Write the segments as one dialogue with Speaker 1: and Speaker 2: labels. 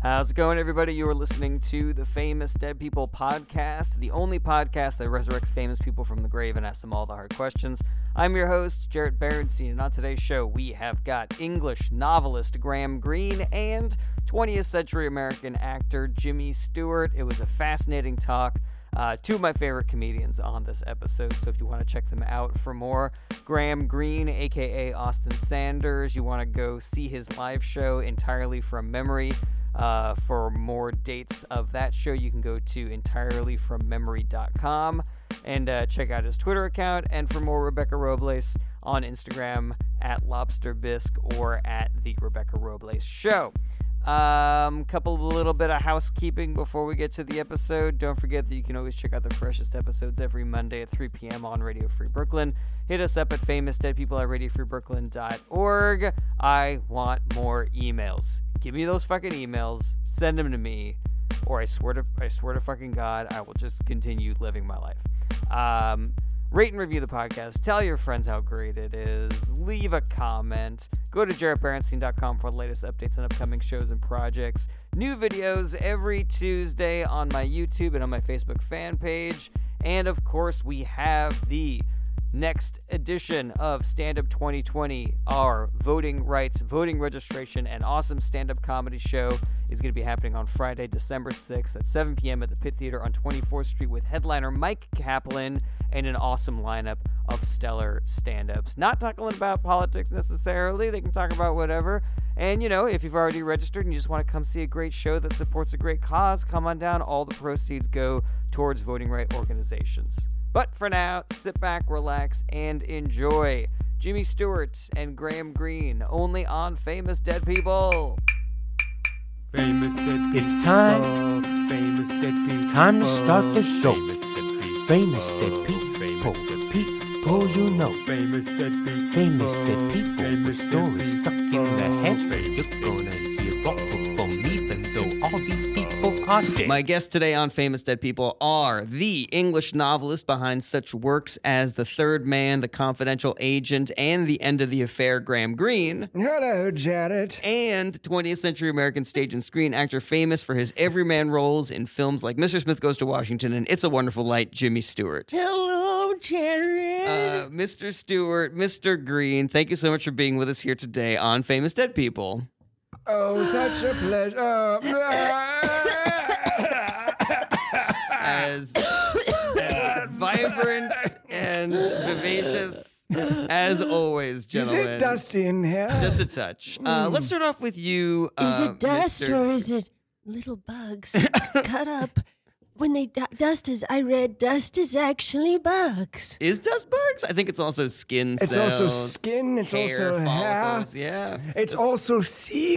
Speaker 1: How's it going, everybody? You are listening to the Famous Dead People podcast, the only podcast that resurrects famous people from the grave and asks them all the hard questions. I'm your host, Jarrett Berenstein, and on today's show, we have got English novelist Graham Greene and 20th century American actor Jimmy Stewart. It was a fascinating talk. Uh, two of my favorite comedians on this episode, so if you want to check them out for more, Graham Greene, aka Austin Sanders, you want to go see his live show entirely from memory. Uh, for more dates of that show, you can go to entirelyfrommemory.com and uh, check out his Twitter account. And for more Rebecca Robles on Instagram at lobsterbisk or at the Rebecca Robles Show. Um, couple of little bit of housekeeping before we get to the episode. Don't forget that you can always check out the freshest episodes every Monday at 3 p.m. on Radio Free Brooklyn. Hit us up at famousdeadpeople at radiofreebrooklyn.org. I want more emails. Give me those fucking emails. Send them to me, or I swear to I swear to fucking God, I will just continue living my life. Um, rate and review the podcast. Tell your friends how great it is. Leave a comment. Go to jarrettberenstein.com for the latest updates on upcoming shows and projects. New videos every Tuesday on my YouTube and on my Facebook fan page. And of course, we have the next edition of Stand Up 2020, our voting rights, voting registration, and awesome stand up comedy show is going to be happening on Friday, December 6th at 7 p.m. at the Pit Theater on 24th Street with headliner Mike Kaplan and an awesome lineup of stellar stand ups. Not talking about politics necessarily, they can talk about whatever. And you know, if you've already registered and you just want to come see a great show that supports a great cause, come on down. All the proceeds go towards voting right organizations. But for now, sit back, relax, and enjoy Jimmy Stewart and Graham Greene only on Famous Dead People.
Speaker 2: Famous dead
Speaker 3: It's time.
Speaker 2: people. Famous dead people.
Speaker 3: Time to start the show.
Speaker 2: Famous dead people.
Speaker 3: Famous
Speaker 2: Oh,
Speaker 3: dead people, people you know.
Speaker 2: Famous dead people.
Speaker 3: Famous dead people with
Speaker 2: Famous dead
Speaker 3: stories stuck in their heads.
Speaker 2: Famous
Speaker 3: You're
Speaker 2: dead
Speaker 3: gonna hear rock from me, even though all these people are dead.
Speaker 1: My guests today on Famous Dead People are the English novelist behind such works as The Third Man, The Confidential Agent, and The End of the Affair, Graham Greene.
Speaker 4: Hello, Janet.
Speaker 1: and 20th century American stage and screen actor famous for his everyman roles in films like Mr. Smith Goes to Washington and It's a Wonderful Light, Jimmy Stewart.
Speaker 3: Hello, Jared.
Speaker 1: Uh, Mr. Stewart, Mr. Green, thank you so much for being with us here today on Famous Dead People.
Speaker 4: Oh, such a pleasure. Oh.
Speaker 1: As, as vibrant and vivacious as always,
Speaker 4: Is
Speaker 1: gentlemen.
Speaker 4: it Hmm. dusty in here?
Speaker 1: Just a touch. Uh, let's start off with you.
Speaker 5: Is
Speaker 1: uh,
Speaker 5: it dust
Speaker 1: Mr.
Speaker 5: or is it little bugs cut up? When they du- dust is, I read dust is actually bugs.
Speaker 1: Is dust bugs? I think it's also skin
Speaker 4: it's
Speaker 1: cells.
Speaker 4: also skin. It's
Speaker 1: hair
Speaker 4: also hair.
Speaker 1: follicles. Yeah.
Speaker 4: It's also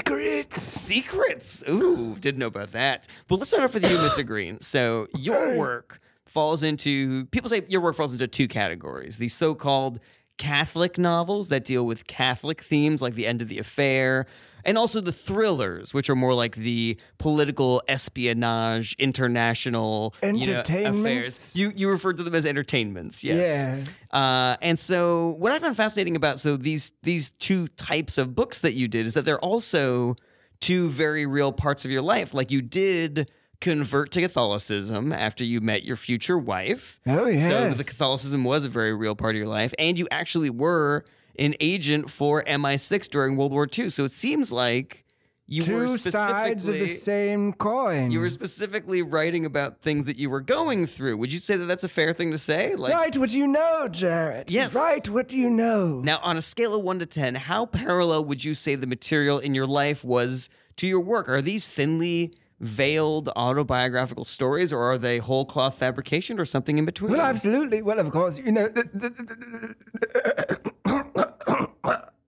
Speaker 4: secrets.
Speaker 1: secrets. Ooh, didn't know about that. But let's start off with you, Mr. Green. So your work falls into people say your work falls into two categories: the so-called Catholic novels that deal with Catholic themes, like the end of the affair. And also the thrillers, which are more like the political espionage, international you know, affairs.
Speaker 4: Entertainments?
Speaker 1: You you referred to them as entertainments, yes.
Speaker 4: Yeah.
Speaker 1: Uh, and so, what I found fascinating about so these these two types of books that you did is that they're also two very real parts of your life. Like you did convert to Catholicism after you met your future wife.
Speaker 4: Oh,
Speaker 1: So
Speaker 4: yes.
Speaker 1: the Catholicism was a very real part of your life, and you actually were an agent for MI6 during World War II. So it seems like you were
Speaker 4: Two sides of the
Speaker 1: specifically-
Speaker 4: same coin.
Speaker 1: You were specifically writing about things that you were going through. Would you say that that's a fair thing to say? Like,
Speaker 4: Write what you know, Jared.
Speaker 1: Yes.
Speaker 4: Write what you know.
Speaker 1: Now, on a scale of one to 10, how parallel would you say the material in your life was to your work? Are these thinly veiled autobiographical stories, or are they whole cloth fabrication, or something in between?
Speaker 4: Well, absolutely. Well, of course, you know. The, the, the,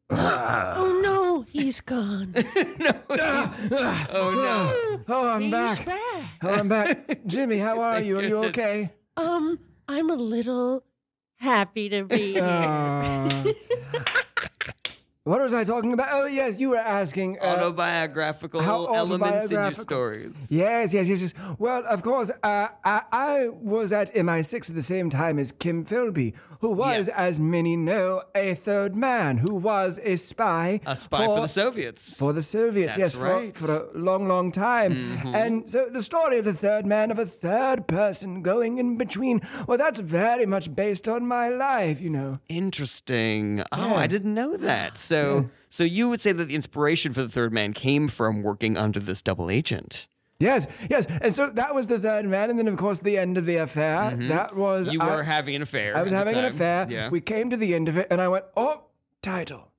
Speaker 5: oh no, he's gone.
Speaker 1: oh,
Speaker 4: oh, I'm
Speaker 5: he's
Speaker 4: back. Oh, I'm back. Jimmy, how are you? Are you okay?
Speaker 5: Um, I'm
Speaker 1: Uh,
Speaker 5: a little happy to be here.
Speaker 4: Uh, What was I talking about? Oh, yes, you were asking.
Speaker 1: Oh,
Speaker 4: uh,
Speaker 1: autobiographical
Speaker 4: how
Speaker 1: elements in your
Speaker 4: autobiographical-
Speaker 1: stories.
Speaker 4: Yes, yes, yes, yes. Well, of course, uh, I, I was at MI6 at the same time as Kim Philby, who was,
Speaker 1: Yes.
Speaker 4: as many know, a third man, who was a spy.
Speaker 1: A spy for, the Soviets.
Speaker 4: For the Soviets,
Speaker 1: That's
Speaker 4: yes,
Speaker 1: right. Mm-hmm.
Speaker 4: for, for a long, long time. And so the story of the third man, of a third person going in between, well, that's very much based on my life, you know.
Speaker 1: Interesting. Oh,
Speaker 4: Yeah.
Speaker 1: I didn't know that. So, so you would say that the inspiration for the Third Man came from working under this double agent.
Speaker 4: Yes, yes. And so that was the third man. And then, of course, the end of the affair. That was.
Speaker 1: Mm-hmm. You
Speaker 4: I-
Speaker 1: were having an affair.
Speaker 4: I was
Speaker 1: at the
Speaker 4: having an
Speaker 1: time.
Speaker 4: affair.
Speaker 1: Yeah.
Speaker 4: We came to the end of it, and I went, oh, title.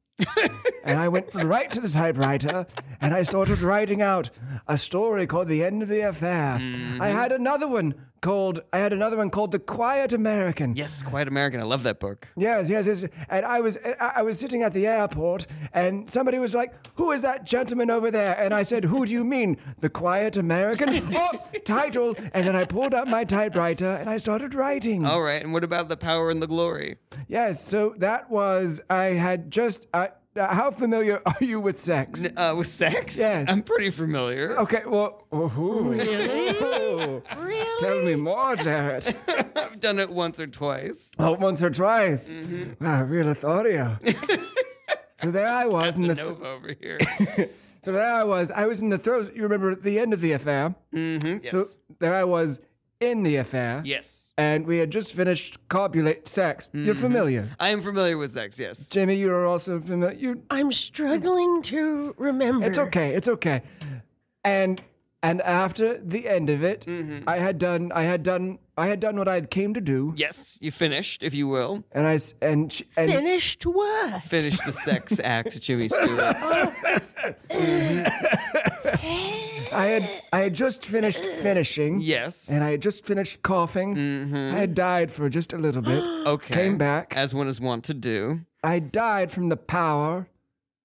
Speaker 4: and I went right to the typewriter and I started writing out a story called The End of the Affair.
Speaker 1: Mm-hmm.
Speaker 4: I had another one called I had another one called The Quiet American.
Speaker 1: yes, Quiet American. I love that book.
Speaker 4: Yes, yes, yes. And I was I I was sitting at the airport and somebody was like, Who is that gentleman over there? And I said, Who do you mean? The quiet American? oh, title. And then I pulled out my typewriter and I started writing.
Speaker 1: All right. And what about the power and the glory?
Speaker 4: Yes, so that was I had just. Uh, uh, how familiar are you with sex?
Speaker 1: N- Uh, with sex?
Speaker 4: Yes.
Speaker 1: I'm pretty familiar.
Speaker 4: Okay, well, oh, ooh. Ooh.
Speaker 5: Really?
Speaker 4: tell me more, Jared.
Speaker 1: I've done it once or twice.
Speaker 4: oh, once or twice. Wow, real Lothario. so there I was in the.
Speaker 1: Nova over here.
Speaker 4: so there I was. I was in the throes. You remember at the end of the affair.
Speaker 1: hmm Yes.
Speaker 4: So there I was in the affair.
Speaker 1: yes.
Speaker 4: And we had just finished copulate sex.
Speaker 1: Mm-hmm.
Speaker 4: You're familiar.
Speaker 1: I am familiar with sex. Yes.
Speaker 4: Jamie, you are also familiar. You
Speaker 5: I'm struggling to remember.
Speaker 4: It's okay. It's okay. And and after the end of it,
Speaker 1: Mm-hmm.
Speaker 4: I had done. I had done. I had done what I had came to do.
Speaker 1: Yes. You finished, if you will.
Speaker 4: And I s- and she, and
Speaker 5: Finished what?
Speaker 1: Finish the sex act, Jimmy Stewart.
Speaker 4: I had I had just finished finishing.
Speaker 1: Yes. Mm-hmm.
Speaker 4: And I had just finished coughing. I had died for just a little bit.
Speaker 1: Okay.
Speaker 4: Came back.
Speaker 1: As one is wont to do.
Speaker 4: I died from the power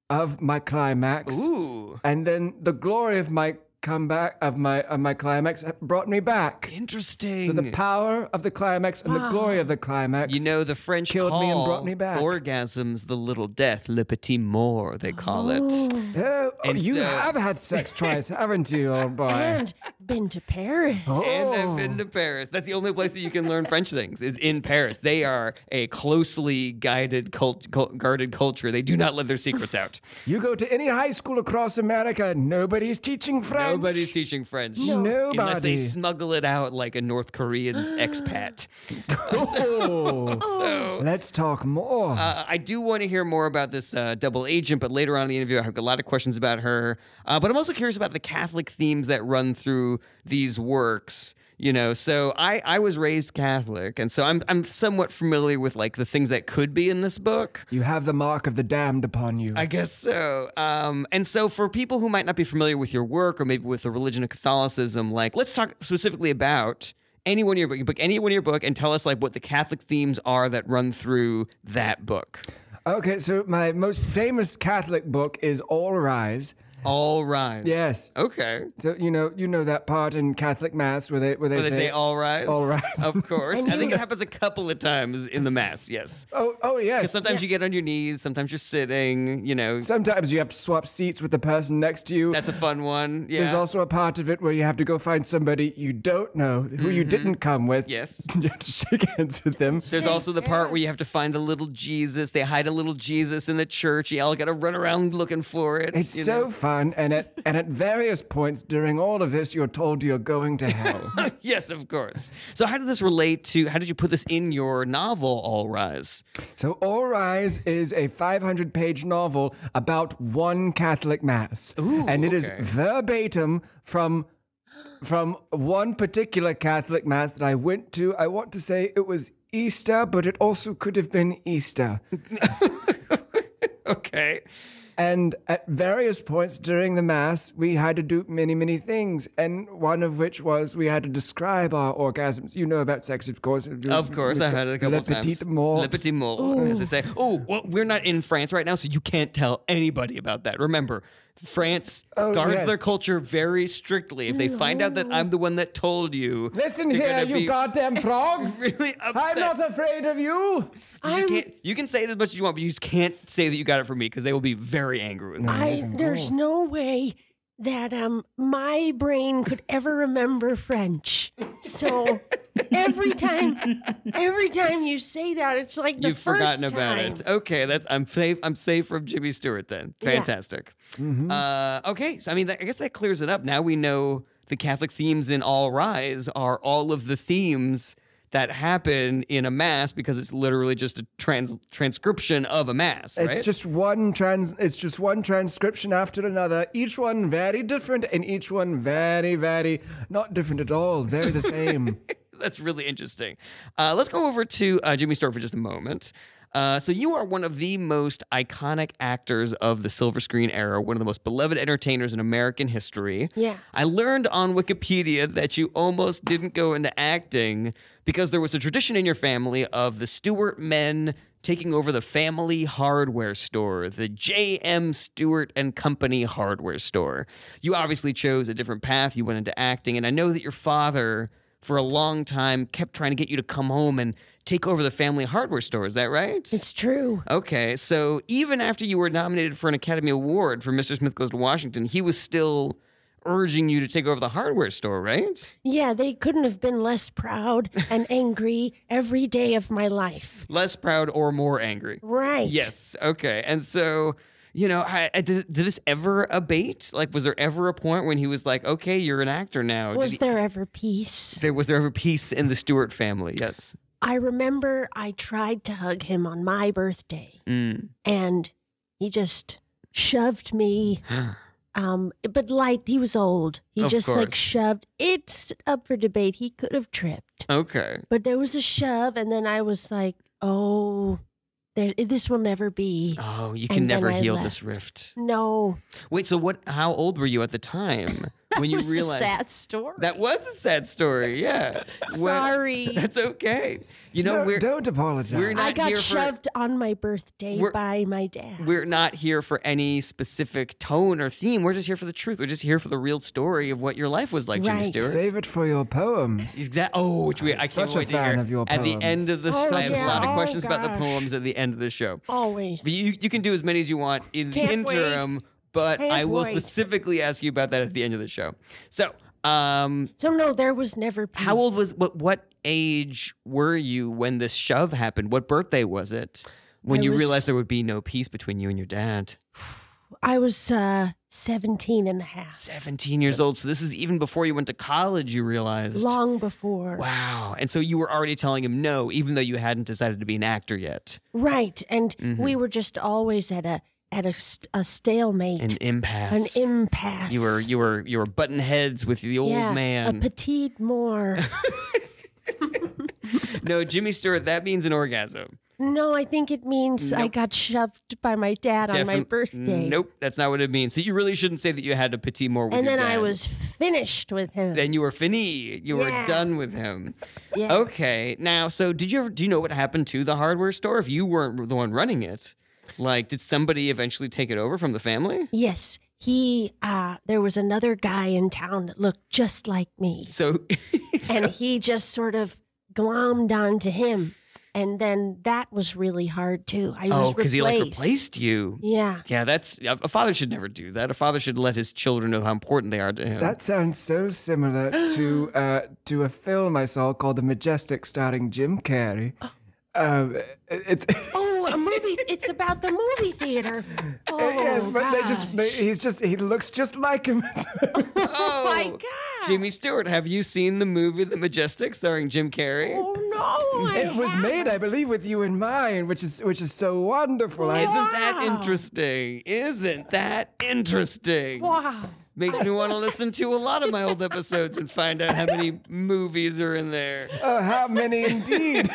Speaker 4: of my climax.
Speaker 1: Ooh.
Speaker 4: And then the glory of my comeback of my of my climax brought me back.
Speaker 1: Interesting.
Speaker 4: So the power of the climax and the glory of the climax.
Speaker 1: Ah. you know the French
Speaker 4: Killed
Speaker 1: call
Speaker 4: me and brought me back.
Speaker 1: orgasms the little death, le petit mort they call it.
Speaker 4: Oh, oh,
Speaker 1: And
Speaker 4: you
Speaker 1: so-
Speaker 4: have had sex twice, haven't you, old boy?
Speaker 5: And been to Paris.
Speaker 4: Oh.
Speaker 1: And I've been to Paris. That's the only place that you can learn French things is in Paris. They are a closely guided, cult, cult, guarded culture. They do not let their secrets out.
Speaker 4: you go to any high school across America, nobody's teaching French.
Speaker 1: Nobody's teaching French.
Speaker 4: Nobody.
Speaker 1: Unless they smuggle it out like a North Korean expat.
Speaker 4: Oh,
Speaker 1: So
Speaker 4: let's talk more.
Speaker 1: Uh, I do want to hear more about this uh, double agent, but later on in the interview, I have a lot of questions about her. Uh, but I'm also curious about the Catholic themes that run through these works. You know, so I, I was raised Catholic, and so I'm I'm somewhat familiar with like the things that could be in this book.
Speaker 4: you have the mark of the damned upon you.
Speaker 1: I guess so. Um, and so, for people who might not be familiar with your work or maybe with the religion of Catholicism, like let's talk specifically about any one of your book, You book any one of your book, and tell us like what the Catholic themes are that run through that book.
Speaker 4: okay, so my most famous Catholic book is All Rise.
Speaker 1: All rise.
Speaker 4: Yes.
Speaker 1: Okay.
Speaker 4: So you know you know that part in Catholic Mass where they where they,
Speaker 1: Where they
Speaker 4: say,
Speaker 1: say all rise.
Speaker 4: All rise.
Speaker 1: Of course. I think it happens a couple of times in the mass, yes.
Speaker 4: Oh oh
Speaker 1: Because
Speaker 4: yes.
Speaker 1: sometimes you get on your knees, sometimes you're sitting, you know.
Speaker 4: Sometimes you have to swap seats with the person next to you.
Speaker 1: that's a fun one. Yeah.
Speaker 4: There's also a part of it where you have to go find somebody you don't know who you didn't come with.
Speaker 1: Mm-hmm. Yes.
Speaker 4: you have to shake hands with them.
Speaker 1: There's also the part where you have to find the little Jesus. They hide a little Jesus in the church. You all got to run around looking for it.
Speaker 4: It's
Speaker 1: you
Speaker 4: so
Speaker 1: know?
Speaker 4: fun, and at and at various points during all of this, you're told you're going to hell.
Speaker 1: yes, of course. So, how did this relate to? How did you put this in your novel, All Rise?
Speaker 4: so, All Rise is a 500-page novel about one Catholic mass,
Speaker 1: Ooh,
Speaker 4: and it is
Speaker 1: okay.
Speaker 4: verbatim from from one particular Catholic mass that I went to. I want to say it was Easter, but it also could have been Easter.
Speaker 1: Okay.
Speaker 4: And at various points during the Mass, we had to do many, many things. And one of which was we had to describe our orgasms. You know about sex, of course.
Speaker 1: Of course, I've had it a couple
Speaker 4: Le
Speaker 1: of times.
Speaker 4: Petit mort.
Speaker 1: Le petit mort, as they say. Oh, well, we're not in France right now, so you can't tell anybody about that. Remember, France
Speaker 4: Oh,
Speaker 1: guards
Speaker 4: yes.
Speaker 1: their culture very strictly. If they find out that I'm the one that told you,
Speaker 4: Listen
Speaker 1: they're
Speaker 4: here,
Speaker 1: gonna
Speaker 4: you
Speaker 1: be
Speaker 4: goddamn frogs!
Speaker 1: really upset.
Speaker 4: I'm not afraid of you.
Speaker 1: you, can't, you can say it as much as you want, but you just can't say that you got it from me because they will be very angry with me.
Speaker 5: I there's no way that um my brain could ever remember French. So every time every time you say that, it's like the
Speaker 1: You've
Speaker 5: first
Speaker 1: forgotten about
Speaker 5: time.
Speaker 1: it. Okay, that's I'm safe. I'm safe from Jimmy Stewart then.
Speaker 5: Yeah.
Speaker 1: Fantastic. Uh, okay, so I mean, that, I guess that clears it up. Now we know the Catholic themes in All Rise are all of the themes that happen in a mass because it's literally just a trans transcription of a mass, right?
Speaker 4: It's just one trans. It's just one transcription after another. Each one very different, and each one very, very not different at all. Very the same.
Speaker 1: That's really interesting. Uh, let's go over to uh, Jimmy Stewart for just a moment. Uh, so you are one of the most iconic actors of the silver screen era, one of the most beloved entertainers in American history.
Speaker 5: Yeah.
Speaker 1: I learned on Wikipedia that you almost didn't go into acting because there was a tradition in your family of the Stewart men taking over the family hardware store, the J.M. Stewart and Company hardware store. You obviously chose a different path. You went into acting, and I know that your father, for a long time, kept trying to get you to come home and take over the family hardware store. Is that right?
Speaker 5: It's true.
Speaker 1: Okay, so even after you were nominated for an Academy Award for Mr. Smith Goes to Washington, he was still urging you to take over the hardware store, right?
Speaker 5: Yeah, they couldn't have been less proud and angry every day of my life.
Speaker 1: Less proud or more angry.
Speaker 5: Right.
Speaker 1: Yes, okay. And so, you know, I, I- did, did this ever abate? Like, was there ever a point when he was like, okay, you're an actor now? Oh, Did
Speaker 5: Was
Speaker 1: he-
Speaker 5: there ever peace?
Speaker 1: there, was there ever peace in the Stewart family? Yes.
Speaker 5: I remember I tried to hug him on my birthday
Speaker 1: Mm.
Speaker 5: and he just shoved me. Um, but like he was old, he
Speaker 1: Of
Speaker 5: just like
Speaker 1: course.
Speaker 5: shoved. It's up for debate. He could have tripped,
Speaker 1: Okay.
Speaker 5: but there was a shove, and then I was like, "Oh, there, this will never be."
Speaker 1: Oh, you can
Speaker 5: And then
Speaker 1: never
Speaker 5: I
Speaker 1: heal
Speaker 5: left.
Speaker 1: this rift.
Speaker 5: No,
Speaker 1: Wait, so what? How old were you at the time when
Speaker 6: It
Speaker 1: you
Speaker 6: was
Speaker 1: realized
Speaker 6: a sad story.
Speaker 1: That was a sad story. Yeah. When-
Speaker 6: Sorry.
Speaker 1: that's okay. You know
Speaker 4: No,
Speaker 1: we're
Speaker 4: don't apologize.
Speaker 1: we're not
Speaker 5: I got
Speaker 1: here
Speaker 5: shoved on my birthday
Speaker 1: We're-
Speaker 5: by my
Speaker 1: for
Speaker 5: dad.
Speaker 1: we're not here for any specific tone or theme. We're just here for the truth. We're just here for the real story of what your life was like, Jimmy
Speaker 5: Right.
Speaker 1: Stewart.
Speaker 4: Save it for your poems.
Speaker 1: Exact- Oh, which we I can't
Speaker 4: Such a
Speaker 1: wait to
Speaker 4: fan
Speaker 1: hear.
Speaker 4: of your
Speaker 1: at the
Speaker 4: poems.
Speaker 1: end of the
Speaker 5: Oh,
Speaker 1: show, I have a
Speaker 5: yeah.
Speaker 1: lot of
Speaker 5: Oh,
Speaker 1: questions about the
Speaker 5: gosh.
Speaker 1: poems at the end of the show.
Speaker 5: Always.
Speaker 1: But you you can do as many as you want in the
Speaker 5: Can't wait.
Speaker 1: interim, but I
Speaker 5: Can't
Speaker 1: will
Speaker 5: wait.
Speaker 1: specifically ask you about that at the end of the show. So, um,
Speaker 5: so no, there was never peace.
Speaker 1: How old was what? What age were you when this shove happened? What birthday was it? When
Speaker 5: I
Speaker 1: you
Speaker 5: was-
Speaker 1: realized there would be no peace between you and your dad.
Speaker 5: I was uh, 17 and a half,
Speaker 1: 17 years old. So this is even before you went to college, you realized.
Speaker 5: long before.
Speaker 1: Wow. And so you were already telling him no, even though you hadn't decided to be an actor yet.
Speaker 5: Right, and we
Speaker 1: Mm-hmm.
Speaker 5: were just always at a at a, st- a stalemate,
Speaker 1: An
Speaker 5: an,
Speaker 1: impasse.
Speaker 5: impasse.
Speaker 1: you were you were you were button heads with the old
Speaker 5: yeah, a
Speaker 1: man.
Speaker 5: petite more.
Speaker 1: no, Jimmy Stewart, that means an orgasm.
Speaker 5: no, I think it means I
Speaker 1: Nope.
Speaker 5: got shoved by my dad on my
Speaker 1: Defin-
Speaker 5: birthday.
Speaker 1: Nope, that's not what it means. So you really shouldn't say that you had a petit more with
Speaker 5: and
Speaker 1: your
Speaker 5: then I
Speaker 1: dad.
Speaker 5: was finished with him.
Speaker 1: then oh. you were fini. You were
Speaker 5: Yeah.
Speaker 1: done with him.
Speaker 5: yeah.
Speaker 1: Okay. Now, so did you ever do you know what happened to the hardware store if you weren't the one running it? Like, did somebody eventually take it over from the family?
Speaker 5: Yes, he. Uh, there was another guy in town that looked just like me,
Speaker 1: So,
Speaker 5: and he just sort of glommed onto him, and then that was really hard too. I
Speaker 1: oh,
Speaker 5: was
Speaker 1: because
Speaker 5: replaced.
Speaker 1: he like replaced you.
Speaker 5: Yeah.
Speaker 1: Yeah, that's a a father should never do that. A father should let his children know how important they are to him.
Speaker 4: That sounds so similar to uh, to a film I saw called The Majestic, starring Jim Carrey. Um, it's
Speaker 5: Oh, a movie. it's about the movie theater. Oh,
Speaker 4: yes, but they just
Speaker 5: gosh.
Speaker 4: they- he's just he looks just like him.
Speaker 1: oh
Speaker 5: my God.
Speaker 1: Jimmy Stewart, have you seen the movie The Majestic starring Jim Carrey?
Speaker 5: Oh, no. I
Speaker 4: it was made, I believe, with you in mind, which is which is so wonderful. I-
Speaker 1: Isn't that
Speaker 5: Oh, Wow.
Speaker 1: interesting? Isn't that interesting?
Speaker 5: Wow.
Speaker 1: Makes me want to listen to a lot of my old episodes and find out how many movies are in there. Uh,
Speaker 4: Oh, how many indeed?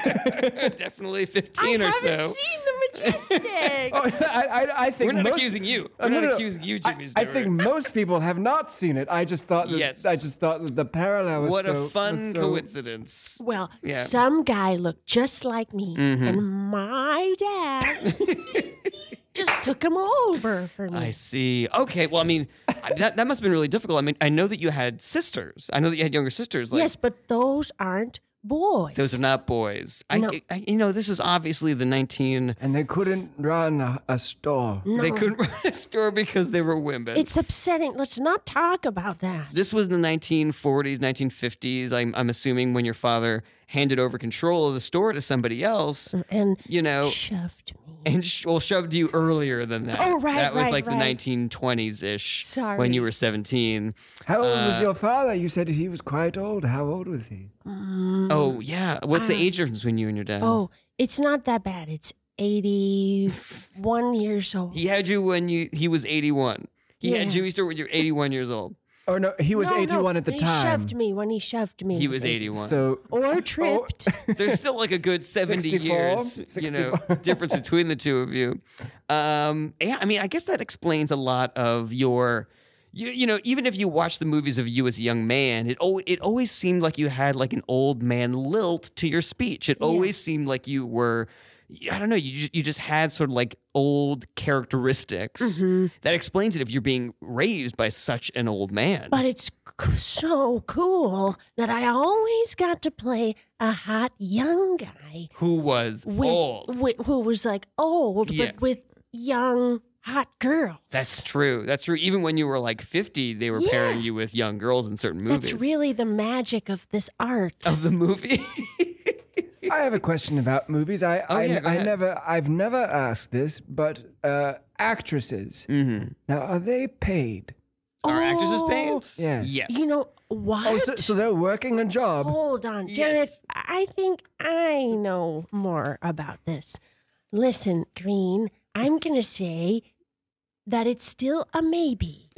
Speaker 1: Definitely 15
Speaker 5: I
Speaker 1: or
Speaker 5: haven't
Speaker 1: so.
Speaker 5: seen The Majestic.
Speaker 4: Oh, I, I, I think
Speaker 1: We're not
Speaker 4: most,
Speaker 1: accusing you.
Speaker 4: Oh,
Speaker 1: We're
Speaker 4: no,
Speaker 1: not
Speaker 4: no, no.
Speaker 1: accusing you,
Speaker 4: I-
Speaker 1: Jimmy
Speaker 4: I,
Speaker 1: Stewart.
Speaker 4: think most people have not seen it. I just thought. That,
Speaker 1: Yes.
Speaker 4: I just thought that the parallel was
Speaker 1: What
Speaker 4: so.
Speaker 1: a
Speaker 4: was
Speaker 1: fun
Speaker 4: so-
Speaker 1: coincidence.
Speaker 5: Well,
Speaker 1: Yeah. Mm-hmm.
Speaker 5: some guy looked just like me, and my dad just took him over for me.
Speaker 1: I see. Okay. Well, I mean, that, that must have been really difficult. I mean, I know that you had sisters. I know that you had younger sisters. Like,
Speaker 5: yes, but those aren't boys.
Speaker 1: Those are not boys. I,
Speaker 5: No.
Speaker 1: I, you know, this is obviously the 19.
Speaker 4: And they couldn't run a, a store.
Speaker 5: no.
Speaker 1: They couldn't run a store because they were women.
Speaker 5: It's upsetting. Let's not talk about that.
Speaker 1: this was the 1940s, 1950s. I'm, I'm assuming when your father handed over control of the store to somebody else,
Speaker 5: And
Speaker 1: you know,
Speaker 5: shoved me.
Speaker 1: and sh- well, shoved you earlier than that.
Speaker 5: Oh, right,
Speaker 1: That was
Speaker 5: right,
Speaker 1: like
Speaker 5: right.
Speaker 1: the 1920s ish.
Speaker 5: Sorry.
Speaker 1: When you were 17.
Speaker 4: How old was
Speaker 1: Uh,
Speaker 4: your father? You said he was quite old. How old was he?
Speaker 5: Mm.
Speaker 1: Oh, yeah. What's the
Speaker 5: Ah.
Speaker 1: age difference between you and your dad?
Speaker 5: Oh, it's not that bad. It's 81 years old.
Speaker 1: He had you when you he was 81. He had
Speaker 5: Yeah.
Speaker 1: you Easter when you're 81 years old.
Speaker 4: Oh no, he was
Speaker 5: No, no,
Speaker 4: 81 at the
Speaker 5: he
Speaker 4: time.
Speaker 5: shoved me when he shoved me.
Speaker 1: He was
Speaker 5: eighty.
Speaker 1: 81.
Speaker 4: So
Speaker 1: Oh,
Speaker 4: Oh,
Speaker 5: Or tripped.
Speaker 1: There's still like a good 70
Speaker 4: 64,
Speaker 1: years, you know,
Speaker 4: 64.
Speaker 1: difference between the two of you. Um, yeah, I mean, I guess that explains a lot of your, you, you know, even if you watch the movies of you as a young man, it, al- it always seemed like you had like an old man lilt to your speech. It
Speaker 5: Yeah.
Speaker 1: always seemed like you were, I don't know, you, ju- you just had sort of like old characteristics.
Speaker 5: Mhm.
Speaker 1: That explains it if you're being raised by such an old man.
Speaker 5: But it's c- so cool that I always got to play a hot young guy
Speaker 1: who was
Speaker 5: with,
Speaker 1: old.
Speaker 5: wi- who was like old,
Speaker 1: Yeah.
Speaker 5: but with young hot girls.
Speaker 1: That's true. That's true. Even when you were like 50, they were
Speaker 5: Yeah.
Speaker 1: pairing you with young girls in certain movies.
Speaker 5: That's really the magic of this art.
Speaker 1: Of the movie.
Speaker 4: I have a question about movies. I
Speaker 1: Oh,
Speaker 4: I,
Speaker 1: yeah, go
Speaker 4: I
Speaker 1: ahead.
Speaker 4: never I've never asked this, but uh, actresses
Speaker 1: mm-hmm.
Speaker 4: now are they paid?
Speaker 1: Are actresses
Speaker 5: Oh,
Speaker 1: paid?
Speaker 4: Yeah.
Speaker 1: Yes.
Speaker 5: You know what? Oh,
Speaker 4: Oh, so, so they're working a job.
Speaker 5: Hold on, Derek.
Speaker 1: Yes.
Speaker 5: I think I know more about this. Listen, Green, I'm going to say that it's still a maybe.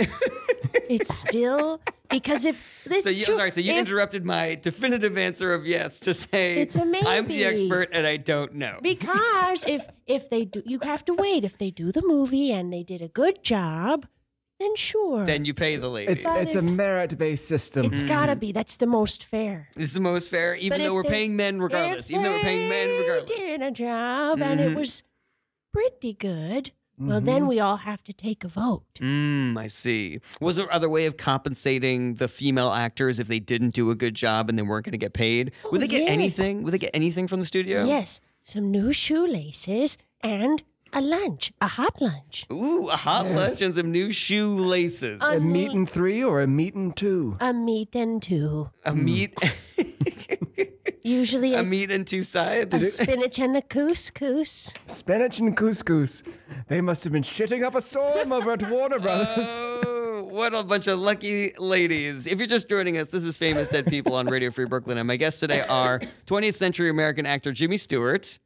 Speaker 5: it's still because if this
Speaker 1: so you,
Speaker 5: true,
Speaker 1: sorry, so you
Speaker 5: if
Speaker 1: interrupted my definitive answer of yes to say
Speaker 5: It's a
Speaker 1: I'm the
Speaker 5: maybe."
Speaker 1: expert and I don't know.
Speaker 5: because if if they do you have to wait if they do the movie and they did a good job, then sure.
Speaker 1: then Mm-hmm. you pay the lady.
Speaker 4: It's
Speaker 1: It's,
Speaker 5: But
Speaker 4: it's a
Speaker 5: if-
Speaker 4: merit based system.
Speaker 5: got to be that's the most fair.
Speaker 1: the most fair, even
Speaker 5: But
Speaker 1: though
Speaker 5: if
Speaker 1: we're
Speaker 5: they-
Speaker 1: paying men regardless.
Speaker 5: If
Speaker 1: Even though we're paying men
Speaker 5: they
Speaker 1: regardless.
Speaker 5: did a job and
Speaker 1: Mhm.
Speaker 5: it was pretty good.
Speaker 4: Mhm.
Speaker 5: Well,
Speaker 1: Mm-hmm.
Speaker 5: then we all have to take a vote.
Speaker 1: Mm, I see. Was there other way of compensating the female actors if they didn't do a good job and they weren't going to get paid? Would
Speaker 5: Oh,
Speaker 1: they get
Speaker 5: yes.
Speaker 1: anything? Would they get anything from the studio?
Speaker 5: Yes, some new shoelaces and a lunch, a hot lunch.
Speaker 1: Ooh, a hot lunch and some new shoelaces.
Speaker 5: Uh,
Speaker 4: a meet and three or a meet and two.
Speaker 5: A meat and two.
Speaker 1: a meat,
Speaker 5: Usually
Speaker 1: a
Speaker 5: a,
Speaker 1: meat and two sides.
Speaker 5: a spinach and a couscous.
Speaker 4: Spinach and couscous. They must have been shitting up a storm over at Warner Brothers.
Speaker 1: Oh, what a bunch of lucky ladies. If you're just joining us, this is Famous Dead People on Radio Free Brooklyn. And my guests today are 20th century American actor Jimmy Stewart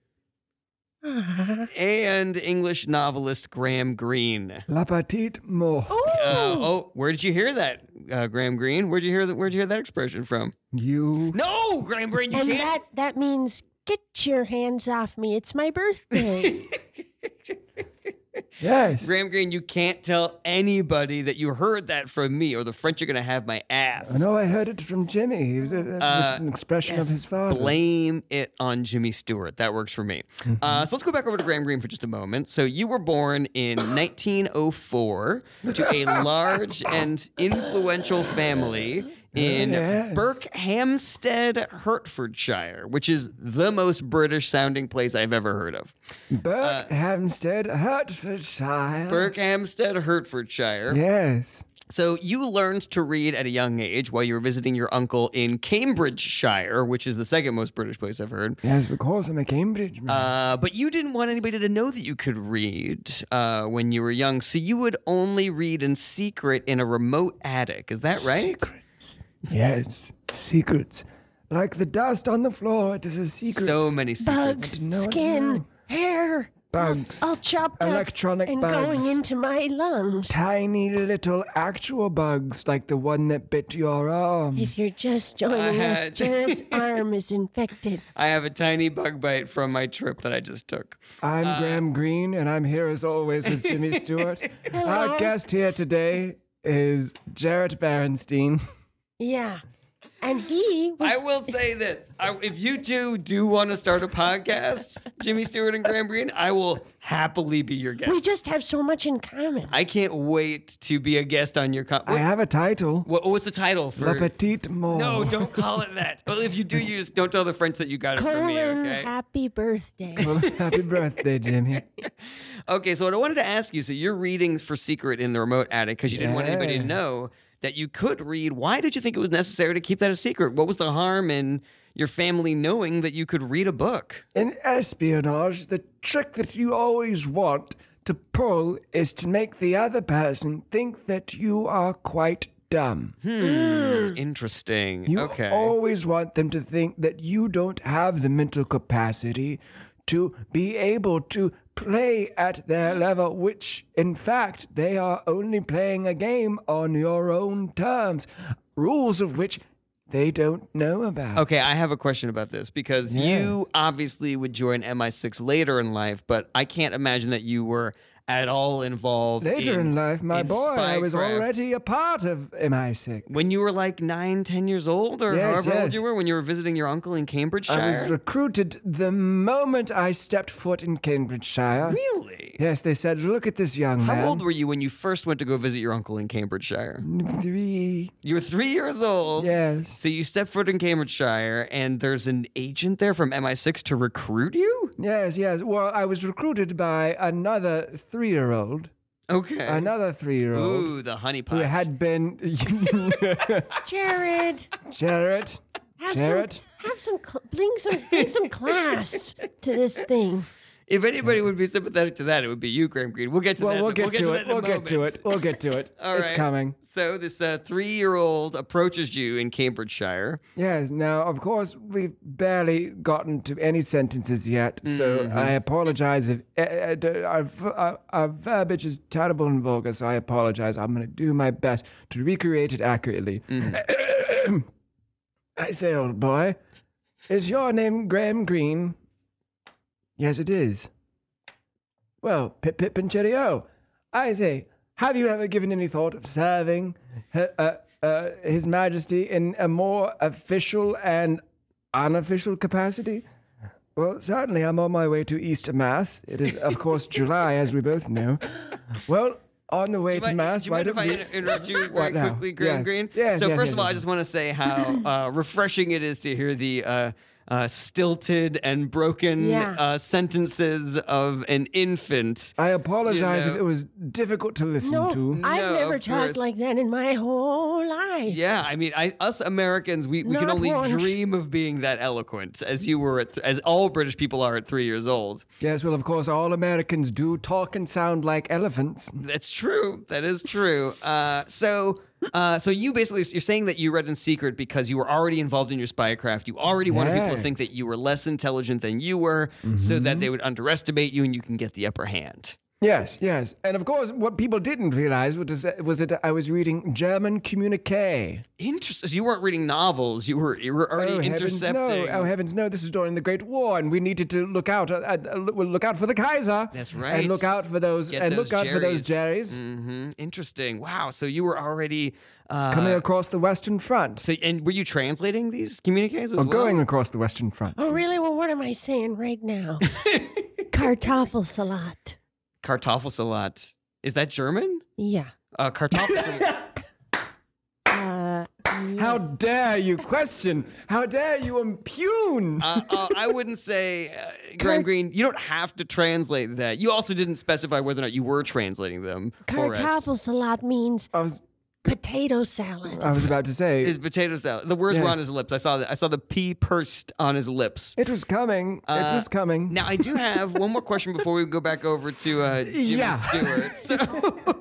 Speaker 5: Ah.
Speaker 1: and English novelist Graham Greene.
Speaker 4: La petite mort.
Speaker 1: Uh, oh, where did you hear that, uh, Graham Greene? Where'd you hear that? Where'd you hear that expression from? Oh,
Speaker 4: You.
Speaker 1: No, Graham Greene, you
Speaker 5: and
Speaker 1: can't.
Speaker 5: that, that means get your hands off me. It's my birthday.
Speaker 4: Yes.
Speaker 1: Graham Greene, you can't tell anybody that you heard that from me, or the French are gonna have my ass.
Speaker 4: I know I heard it from Jimmy. He was, it was
Speaker 1: Uh,
Speaker 4: an expression of
Speaker 1: yes,
Speaker 4: his father.
Speaker 1: Blame it on Jimmy Stewart. That works for me. Uh, so let's go back over to Graham Greene for just a moment. So you were born in 1904 to a large and influential family in
Speaker 4: Yes.
Speaker 1: Berkhamsted, Hertfordshire, which is the most British sounding place I've ever heard of. uh,
Speaker 4: Berkhamsted, Hertfordshire.
Speaker 1: Berkhamsted, Hertfordshire.
Speaker 4: Yes.
Speaker 1: So you learned to read at a young age while you were visiting your uncle in Cambridgeshire, which is the second most British place I've heard.
Speaker 4: Yes, of course, I'm a Cambridge man.
Speaker 1: Uh, but you didn't want anybody to know that you could read uh, when you were young, so you would only read in secret in a remote attic. Is that right?
Speaker 4: Secrets. Yes, secrets. Like the dust on the floor, it is a secret.
Speaker 1: So many secrets.
Speaker 5: Bugs,
Speaker 4: No, I
Speaker 5: skin,
Speaker 4: don't
Speaker 5: hair,
Speaker 4: Bugs.
Speaker 1: Oh.
Speaker 5: all chopped
Speaker 4: Electronic
Speaker 5: up and
Speaker 4: bugs.
Speaker 5: going into my lungs.
Speaker 4: Tiny little actual bugs, like the one that bit your arm.
Speaker 5: If you're just joining us,
Speaker 1: had-
Speaker 5: Jared's arm is infected.
Speaker 1: I have a tiny bug bite from my trip that I just took.
Speaker 4: I'm
Speaker 1: uh,
Speaker 4: Graham Green, and I'm here as always with Jimmy Stewart. Our
Speaker 5: Hello.
Speaker 4: guest here today is Jarrett Berenstein.
Speaker 5: Yeah. and he was
Speaker 1: I will say this: I, if you two do want to start a podcast, Jimmy Stewart and Graham Greene, I will happily be your
Speaker 5: we
Speaker 1: guest.
Speaker 5: just have so much in common.
Speaker 1: I can't wait to be a guest on your. Co-
Speaker 4: I
Speaker 1: what,
Speaker 4: have a title.
Speaker 1: what, what's the title
Speaker 4: Le
Speaker 1: for?
Speaker 4: Petit Mort.
Speaker 1: no, don't call it that. Well, if you do, you just don't tell the French that you got it from me.
Speaker 5: Colin,
Speaker 1: Okay.
Speaker 5: happy birthday.
Speaker 4: Happy birthday, Jimmy.
Speaker 1: Okay, so what I wanted to ask you, so you're reading for secret in the remote attic because you didn't want anybody to
Speaker 4: Yes.
Speaker 1: know that you could read. Why did you think it was necessary to keep that a secret? What was the harm in your family knowing that you could read a book?
Speaker 4: In espionage, the trick that you always want to pull is to make the other person think that you are quite dumb.
Speaker 1: Hmm, interesting.
Speaker 4: Mm. You
Speaker 1: okay.
Speaker 4: always want them to think that you don't have the mental capacity to be able to play at their level, which in fact they are only playing a game on your own terms, rules of which they don't know about.
Speaker 1: Okay, I have a question about this because
Speaker 4: Yes.
Speaker 1: you obviously would join MI6 later in life, but I can't imagine that you were at all involved.
Speaker 4: Later in, life, my
Speaker 1: in
Speaker 4: boy, I was
Speaker 1: spycraft.
Speaker 4: already a part of MI6.
Speaker 1: When you were like nine, ten years old, or
Speaker 4: Yes,
Speaker 1: however old
Speaker 4: yes.
Speaker 1: you were, when you were visiting your uncle in Cambridgeshire?
Speaker 4: I was recruited the moment I stepped foot in Cambridgeshire.
Speaker 1: really?
Speaker 4: Yes, they said, look at this young man.
Speaker 1: How old were you when you first went to go visit your uncle in Cambridgeshire?
Speaker 4: Three.
Speaker 1: You were three years old.
Speaker 4: Yes.
Speaker 1: So you step foot in Cambridgeshire, and there's an agent there from MI6 to recruit you.
Speaker 4: Yes, yes. Well, I was recruited by another three year old.
Speaker 1: Okay.
Speaker 4: Another three year old.
Speaker 1: Ooh, the honeypot.
Speaker 4: Who had been.
Speaker 5: Jared,
Speaker 4: Jarrett.
Speaker 5: have
Speaker 4: Jared?
Speaker 5: some have some cl- bring some bring some class to this thing.
Speaker 1: If anybody would be sympathetic to that, it would be you, Graham Greene. We'll get to that.
Speaker 4: Well, we'll get, to
Speaker 1: that
Speaker 4: it.
Speaker 1: in a
Speaker 4: We'll get to
Speaker 1: moment.
Speaker 4: it. We'll get to it.
Speaker 1: All
Speaker 4: It's
Speaker 1: right.
Speaker 4: coming.
Speaker 1: So this uh, three-year-old approaches you in Cambridgeshire.
Speaker 4: Yes. Now, of course, we've barely gotten to any sentences yet, so I apologize if uh, uh, d- our, v- our, our verbiage is terrible and vulgar. So I apologize. I'm going to do my best to recreate it accurately. I say, old boy, is your name Graham Green? Yes, it is. Well, pip pip and cheerio. I say, have you ever given any thought of serving uh, uh, uh, His Majesty in a more official and unofficial capacity? Well, certainly, I'm on my way to Easter Mass. It is, of course, July, as we both know. Well, on the way
Speaker 1: Do
Speaker 4: to
Speaker 1: you mind-
Speaker 4: Mass,
Speaker 1: do you
Speaker 4: why
Speaker 1: mind
Speaker 4: don't
Speaker 1: if I
Speaker 4: we?
Speaker 1: inter- interrupt you very
Speaker 4: What now?
Speaker 1: quickly, Graham
Speaker 4: Yes.
Speaker 1: Green?
Speaker 4: Yes,
Speaker 1: so
Speaker 4: yes,
Speaker 1: first
Speaker 4: yes,
Speaker 1: of all, I
Speaker 4: yes.
Speaker 1: just want to say how uh, refreshing it is to hear the uh, uh, stilted and broken
Speaker 5: Yeah.
Speaker 1: uh, sentences of an infant.
Speaker 4: I apologize
Speaker 1: You know-
Speaker 4: if it was difficult to listen
Speaker 5: No,
Speaker 4: to.
Speaker 5: Oh, I've
Speaker 1: No,
Speaker 5: never
Speaker 1: of
Speaker 5: talked
Speaker 1: course.
Speaker 5: like that in my whole life.
Speaker 1: Yeah, I mean, I, us Americans, we, we can
Speaker 5: Not
Speaker 1: only
Speaker 5: once.
Speaker 1: dream of being that eloquent, as you were, at th- as all British people are at three years old.
Speaker 4: Yes, well, of course, all Americans do talk and sound like elephants.
Speaker 1: That's true. That is true. Uh, so, uh, so you basically you're saying that you read in secret because you were already involved in your spycraft. You already wanted people to think that you were less intelligent than you were, so that
Speaker 4: Mm-hmm.
Speaker 1: they would underestimate you and you can get the upper hand.
Speaker 4: Yes, yes. And of course, what people didn't realize was, was that I was reading German communique.
Speaker 1: Interesting. So you weren't reading novels. You were you were already
Speaker 4: oh,
Speaker 1: intercepting.
Speaker 4: Heavens, no. Oh, heavens, no. This is during the Great War, and we needed to look out. Uh, uh, look, well, look out for the Kaiser.
Speaker 1: That's right.
Speaker 4: And look out for those,
Speaker 1: Get
Speaker 4: and
Speaker 1: those
Speaker 4: look out for those
Speaker 1: Jerrys.
Speaker 4: Jerrys Mm.
Speaker 1: hmm Interesting. Wow. So you were already uh,
Speaker 4: coming across the Western Front.
Speaker 1: So and were you translating these communiques as
Speaker 4: Or
Speaker 1: well?
Speaker 4: going across the Western Front.
Speaker 5: Oh, really? Well, what am I saying right now? Kartoffelsalat.
Speaker 1: Kartoffelsalat. Is that German?
Speaker 5: Yeah.
Speaker 1: Uh, Kartoffelsalat.
Speaker 5: Uh,
Speaker 4: How dare you question? How dare you impugn?
Speaker 1: uh, uh, I wouldn't say, uh, Graham
Speaker 5: Cart-
Speaker 1: Green, you don't have to translate that. You also didn't specify whether or not you were translating them. for us.
Speaker 5: Kartoffelsalat means
Speaker 4: I was,
Speaker 5: potato salad.
Speaker 1: Uh,
Speaker 4: I was about to say.
Speaker 1: Is potato salad. The words were
Speaker 4: Yes.
Speaker 1: on his lips. I saw that. I saw the P pursed on his lips.
Speaker 4: It was coming.
Speaker 1: Uh,
Speaker 4: it was coming.
Speaker 1: Now I do have one more question before we go back over to uh, Jimmy
Speaker 4: Yeah.
Speaker 1: Stewart. So,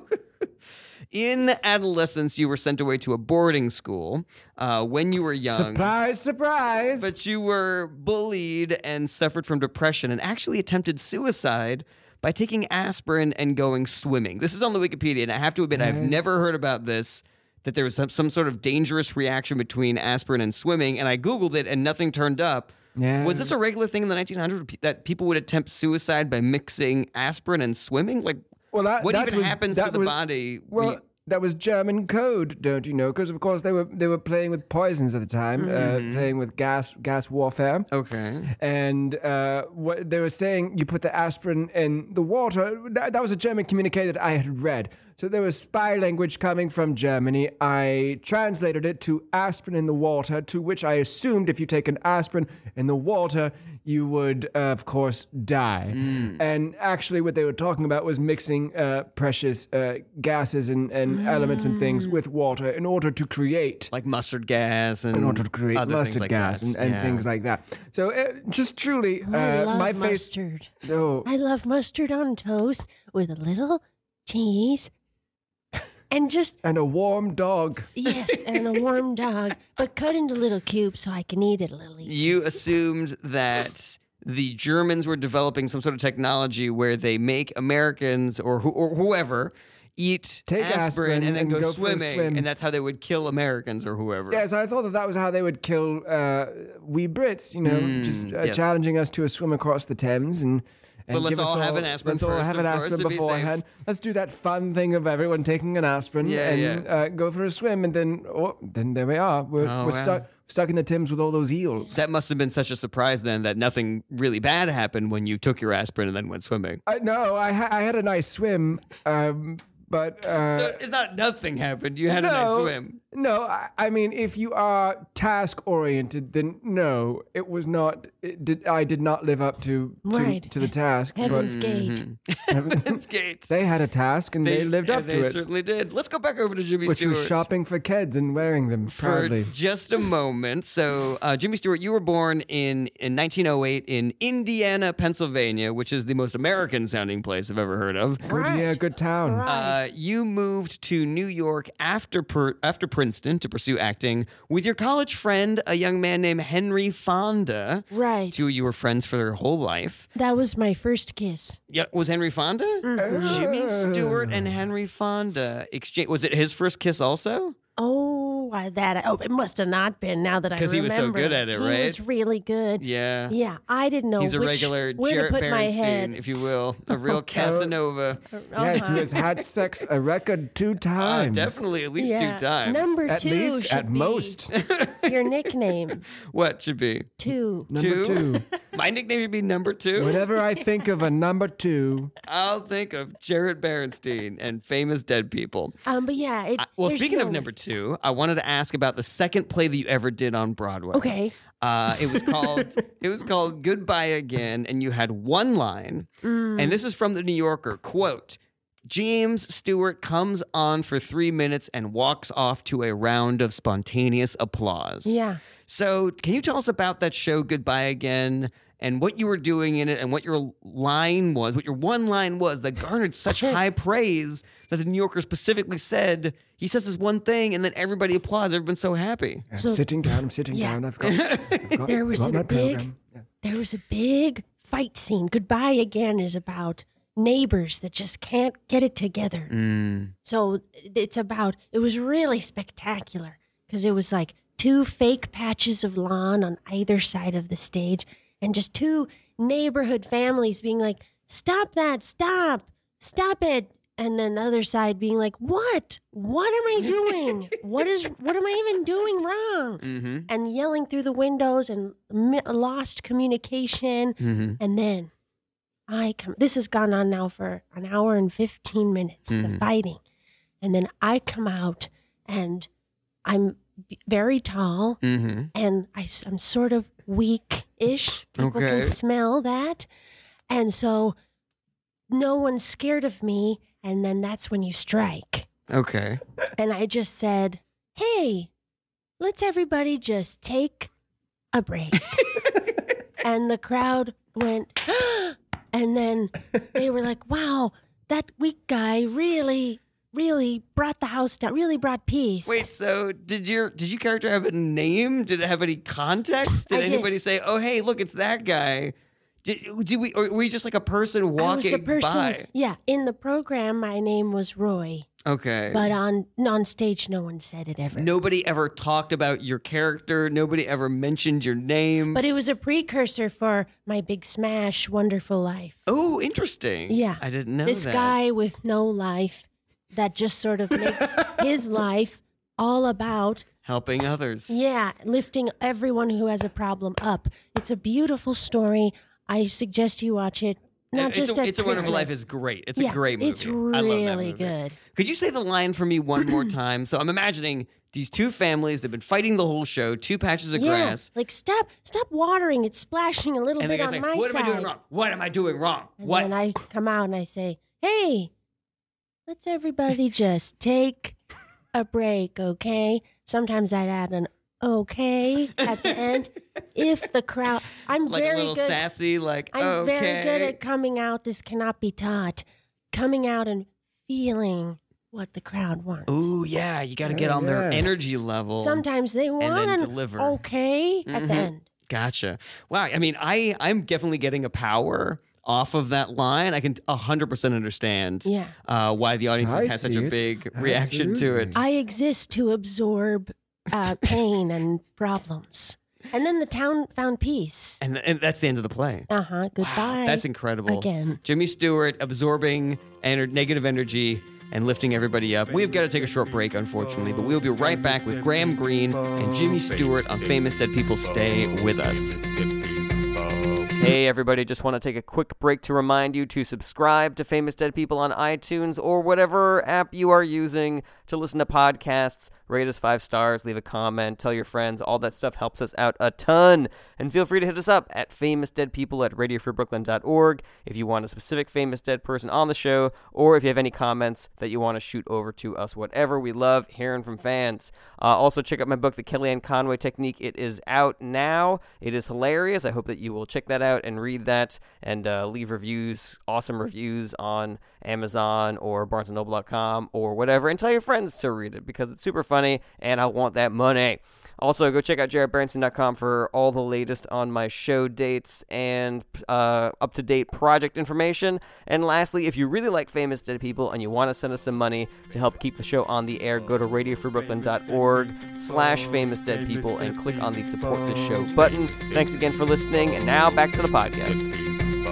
Speaker 1: in adolescence, you were sent away to a boarding school uh, when you were young.
Speaker 4: surprise, surprise.
Speaker 1: But you were bullied and suffered from depression and actually attempted suicide by taking aspirin and going swimming. This is on the Wikipedia, and I have to admit, I've never heard about this. That there was some, some sort of dangerous reaction between aspirin and swimming, and I Googled it and nothing turned up. Was this a regular thing in the 1900s pe- that people would attempt suicide by mixing aspirin and swimming? Like,
Speaker 4: Well, that-
Speaker 1: what
Speaker 4: that
Speaker 1: even
Speaker 4: was-
Speaker 1: happens to
Speaker 4: that
Speaker 1: the
Speaker 4: was-
Speaker 1: body? when
Speaker 4: Well,
Speaker 1: you-
Speaker 4: that was German code, don't you know? Because of course they were they were playing with poisons at the time,
Speaker 1: Mm-hmm.
Speaker 4: uh, playing with gas gas warfare,
Speaker 1: Oh. Okay.
Speaker 4: and uh, what they were saying, you put the aspirin in the water. That, that was a German communique that I had read. So there was spy language coming from Germany. I translated it to aspirin in the water, to which I assumed if you take an aspirin in the water, you would, uh, of course, die.
Speaker 1: Hmm.
Speaker 4: And actually, what they were talking about was mixing uh, precious uh, gases and, and elements and things with water in order to create
Speaker 1: Like mustard gas and
Speaker 4: in order to create
Speaker 1: other things
Speaker 4: mustard
Speaker 1: like
Speaker 4: gas
Speaker 1: that.
Speaker 4: and, and
Speaker 1: Yeah.
Speaker 4: things like that. So uh, just truly,
Speaker 5: Oh, I
Speaker 4: uh,
Speaker 5: love
Speaker 4: my face. Oh,
Speaker 5: mustard.
Speaker 4: No,
Speaker 5: I love mustard on toast with a little cheese and just,
Speaker 4: and a warm dog.
Speaker 5: yes, and a warm dog, but cut into little cubes so I can eat it a little easier.
Speaker 1: You assumed that the Germans were developing some sort of technology where they make Americans or who, or whoever eat
Speaker 4: Take aspirin
Speaker 1: and then
Speaker 4: and
Speaker 1: go,
Speaker 4: go for a
Speaker 1: swimming,
Speaker 4: swim.
Speaker 1: and that's how they would kill Americans or whoever.
Speaker 4: Yes, I thought that that was how they would kill uh, we Brits. You know, just
Speaker 1: Mm,
Speaker 4: uh,
Speaker 1: yes.
Speaker 4: challenging us to a swim across the Thames and. And
Speaker 1: But let's
Speaker 4: give us
Speaker 1: all have an aspirin
Speaker 4: Let's all
Speaker 1: first,
Speaker 4: have
Speaker 1: of
Speaker 4: an
Speaker 1: course,
Speaker 4: aspirin
Speaker 1: to be safe.
Speaker 4: beforehand. Let's do that fun thing of everyone taking an aspirin
Speaker 1: Yeah,
Speaker 4: and
Speaker 1: yeah.
Speaker 4: Uh, go for a swim, and then oh, then there we are. We're,
Speaker 1: Oh,
Speaker 4: we're
Speaker 1: wow.
Speaker 4: stuck stuck in the Thames with all those eels.
Speaker 1: That must have been such a surprise then that nothing really bad happened when you took your aspirin and then went swimming.
Speaker 4: I, no, I ha- I had a nice swim, um, but uh,
Speaker 1: so it's not nothing happened. You had a nice swim.
Speaker 4: No, I, I mean, if you are task oriented, then no, it was not. It did, I did not live up to to,
Speaker 5: Right.
Speaker 4: to the task.
Speaker 5: Heaven's
Speaker 1: Mm. Mm-hmm.
Speaker 5: Gate.
Speaker 1: It's Gates.
Speaker 4: They had a task and they, lived
Speaker 1: yeah,
Speaker 4: up
Speaker 1: they
Speaker 4: to it,
Speaker 1: certainly did. Let's go back over to Jimmy
Speaker 4: which
Speaker 1: Stewart.
Speaker 4: was shopping for kids and wearing them
Speaker 1: for
Speaker 4: proudly.
Speaker 1: just a moment. So, uh, Jimmy Stewart, you were born in, in 1908 in Indiana, Pennsylvania, which is the most American sounding place I've ever heard of.
Speaker 4: Good year, good town.
Speaker 1: Uh, you moved to New York after per- after Princeton to pursue acting with your college friend, a young man named Henry Fonda.
Speaker 5: Right.
Speaker 1: Two of you were friends for their whole life.
Speaker 5: That was my first kiss.
Speaker 1: Yeah, was Henry Fonda? Jimmy Stewart and Henry Fonda exchange. Was it his first kiss also?
Speaker 5: Oh, why that? Oh, it must have not been. Now that I
Speaker 1: 'Cause he was so
Speaker 5: remember.
Speaker 1: good at it,
Speaker 5: He
Speaker 1: right?
Speaker 5: was really good.
Speaker 1: Yeah.
Speaker 5: Yeah, I didn't know.
Speaker 1: He's a
Speaker 5: which,
Speaker 1: regular
Speaker 5: where
Speaker 1: Jarrett
Speaker 5: to put my
Speaker 1: Berenstein,
Speaker 5: head. Oh.
Speaker 1: if you will, a real Casanova.
Speaker 4: Yes,
Speaker 5: Uh-huh.
Speaker 4: you has had sex a record two
Speaker 1: Uh,
Speaker 4: times.
Speaker 1: definitely at least
Speaker 5: yeah.
Speaker 1: two times.
Speaker 5: Number
Speaker 4: At
Speaker 5: two
Speaker 4: least,
Speaker 5: should
Speaker 4: at
Speaker 5: be
Speaker 4: most,
Speaker 5: your nickname.
Speaker 1: What should be?
Speaker 5: Two.
Speaker 1: Two?
Speaker 4: number two.
Speaker 1: My nickname should be number two.
Speaker 4: Whenever I think of a number two,
Speaker 1: I'll think of Jared Berenstein and famous dead people.
Speaker 5: Um, but yeah. It,
Speaker 1: I- well,
Speaker 5: there's
Speaker 1: speaking
Speaker 5: no
Speaker 1: of number two, I wanted to ask about the second play that you ever did on Broadway.
Speaker 5: Okay.
Speaker 1: Uh, it was called it was called Goodbye Again, and you had one line, and this is from the New Yorker quote. James Stewart comes on for three minutes and walks off to a round of spontaneous applause.
Speaker 5: Yeah.
Speaker 1: So, can you tell us about that show, Goodbye Again, and what you were doing in it, and what your line was, what your one line was that garnered such high praise that the New Yorker specifically said he says this one thing, and then everybody applauds. Everyone's so happy.
Speaker 4: I'm
Speaker 5: So-
Speaker 4: sitting down. I'm sitting
Speaker 5: Yeah.
Speaker 4: down. I've got. I've got
Speaker 5: There was
Speaker 4: got
Speaker 5: a
Speaker 4: my
Speaker 5: big-
Speaker 4: program.
Speaker 5: There was a big fight scene. Goodbye again is about neighbors that just can't get it together.
Speaker 1: Mm.
Speaker 5: So it's about, it was really spectacular because it was like two fake patches of lawn on either side of the stage and just two neighborhood families being like, stop that, stop, stop it. And then the other side being like, what? What am I doing? what is, what am I even doing wrong?
Speaker 1: hmm
Speaker 5: And yelling through the windows and mi- lost communication.
Speaker 1: hmm
Speaker 5: And then I come, this has gone on now for an hour and 15 minutes, the
Speaker 1: Mhm.
Speaker 5: fighting. And then I come out and I'm b- very tall
Speaker 1: hmm
Speaker 5: and I, am sort of weak ish. People
Speaker 1: Okay.
Speaker 5: can smell that. And so no one's scared of me. And then that's when you strike.
Speaker 1: Okay.
Speaker 5: And I just said, hey, let's everybody just take a break. and the crowd went, and then they were like, wow, that weak guy really, really brought the house down, really brought peace.
Speaker 1: Wait. So, did your did your character have a name? Did it have any context? Did
Speaker 5: I did.
Speaker 1: anybody say, "Oh, hey, look, it's that guy"? Did, did we or were you just like a person
Speaker 5: I was
Speaker 1: walking
Speaker 5: a person.
Speaker 1: by?
Speaker 5: Yeah, in the program, my name was Roy,
Speaker 1: Okay.
Speaker 5: but uh, on on stage, no one said it ever.
Speaker 1: Nobody ever talked about your character. Nobody ever mentioned your name.
Speaker 5: But it was a precursor for my big smash, Wonderful Life.
Speaker 1: oh, interesting.
Speaker 5: Yeah.
Speaker 1: I didn't know
Speaker 5: this
Speaker 1: that.
Speaker 5: guy with no life that just sort of makes his life all about
Speaker 1: helping others.
Speaker 5: yeah, lifting everyone who has a problem up. It's a beautiful story. I suggest you watch it. Not
Speaker 1: it's
Speaker 5: just
Speaker 1: a,
Speaker 5: at
Speaker 1: It's a Wonderful Life
Speaker 5: Christmas.
Speaker 1: is great. It's
Speaker 5: yeah,
Speaker 1: a great movie.
Speaker 5: It's
Speaker 1: I love
Speaker 5: really
Speaker 1: that movie.
Speaker 5: good.
Speaker 1: Could you say the line for me one more time? So I'm imagining these two families, they've been fighting the whole show, two patches of
Speaker 5: yeah,
Speaker 1: grass.
Speaker 5: like stop, stop watering. It's splashing a little
Speaker 1: And the
Speaker 5: bit
Speaker 1: guy's
Speaker 5: on
Speaker 1: like,
Speaker 5: my
Speaker 1: What
Speaker 5: side.
Speaker 1: am I doing wrong? What am I doing wrong?
Speaker 5: And
Speaker 1: what?
Speaker 5: then I come out and I say, "Hey, let's everybody just take a break, okay?" Sometimes I'd add an "okay" at the end if the crowd. I'm
Speaker 1: like
Speaker 5: very
Speaker 1: a little
Speaker 5: good.
Speaker 1: sassy, like,
Speaker 5: I'm
Speaker 1: okay.
Speaker 5: very good at coming out. This cannot be taught. Coming out and feeling what the crowd wants.
Speaker 1: Ooh, yeah. You got to
Speaker 4: Oh,
Speaker 1: get on their
Speaker 4: yes.
Speaker 1: energy level.
Speaker 5: Sometimes oh. they
Speaker 1: then
Speaker 5: want an
Speaker 1: deliver.
Speaker 5: "okay" at
Speaker 1: Mhm.
Speaker 5: the end.
Speaker 1: Gotcha. Wow. I mean, I, I'm definitely getting a power off of that line. I can 100% understand
Speaker 5: Yeah.
Speaker 1: uh, why the audience
Speaker 4: I
Speaker 1: has had such
Speaker 4: see
Speaker 1: a
Speaker 4: it.
Speaker 1: big reaction to it.
Speaker 5: I exist to absorb uh, pain and problems. And then the town found peace.
Speaker 1: And, and that's the end of the play.
Speaker 5: Uh huh. Goodbye.
Speaker 1: Wow, that's incredible.
Speaker 5: Again.
Speaker 1: Jimmy Stewart absorbing ener- negative energy and lifting everybody up. We've got to take a short break, unfortunately, but we'll be right back with Graham Greene and Jimmy Stewart on Famous Dead People. Stay with us.
Speaker 7: Hey, everybody, just want to take a quick break to remind you to subscribe to Famous Dead People on iTunes or whatever app you are using to listen to podcasts. Rate us five stars, leave a comment, tell your friends. All that stuff helps us out a ton. And feel free to hit us up at famousdeadpeople at radiofreebrooklyn.org if you want a specific famous dead person on the show or if you have any comments that you want to shoot over to us. Whatever, we love hearing from fans. Uh, also, check out my book, The Kellyanne Conway Technique. It is out now. It is hilarious. I hope that you will check that out and read that and uh, leave reviews, awesome reviews on Amazon or BarnesandNoble.com or whatever, and tell your friends to read it because it's super funny and I want that money. Also, go check out jarrettbranson.com for all the latest on my show dates and uh, up to date project information. And lastly, if you really like famous dead people and you want to send us some money to help keep the show on the air, go to radiofreebrooklyn.org slash famous dead people and click on the support the show button. Thanks again for listening. And now back to the podcast.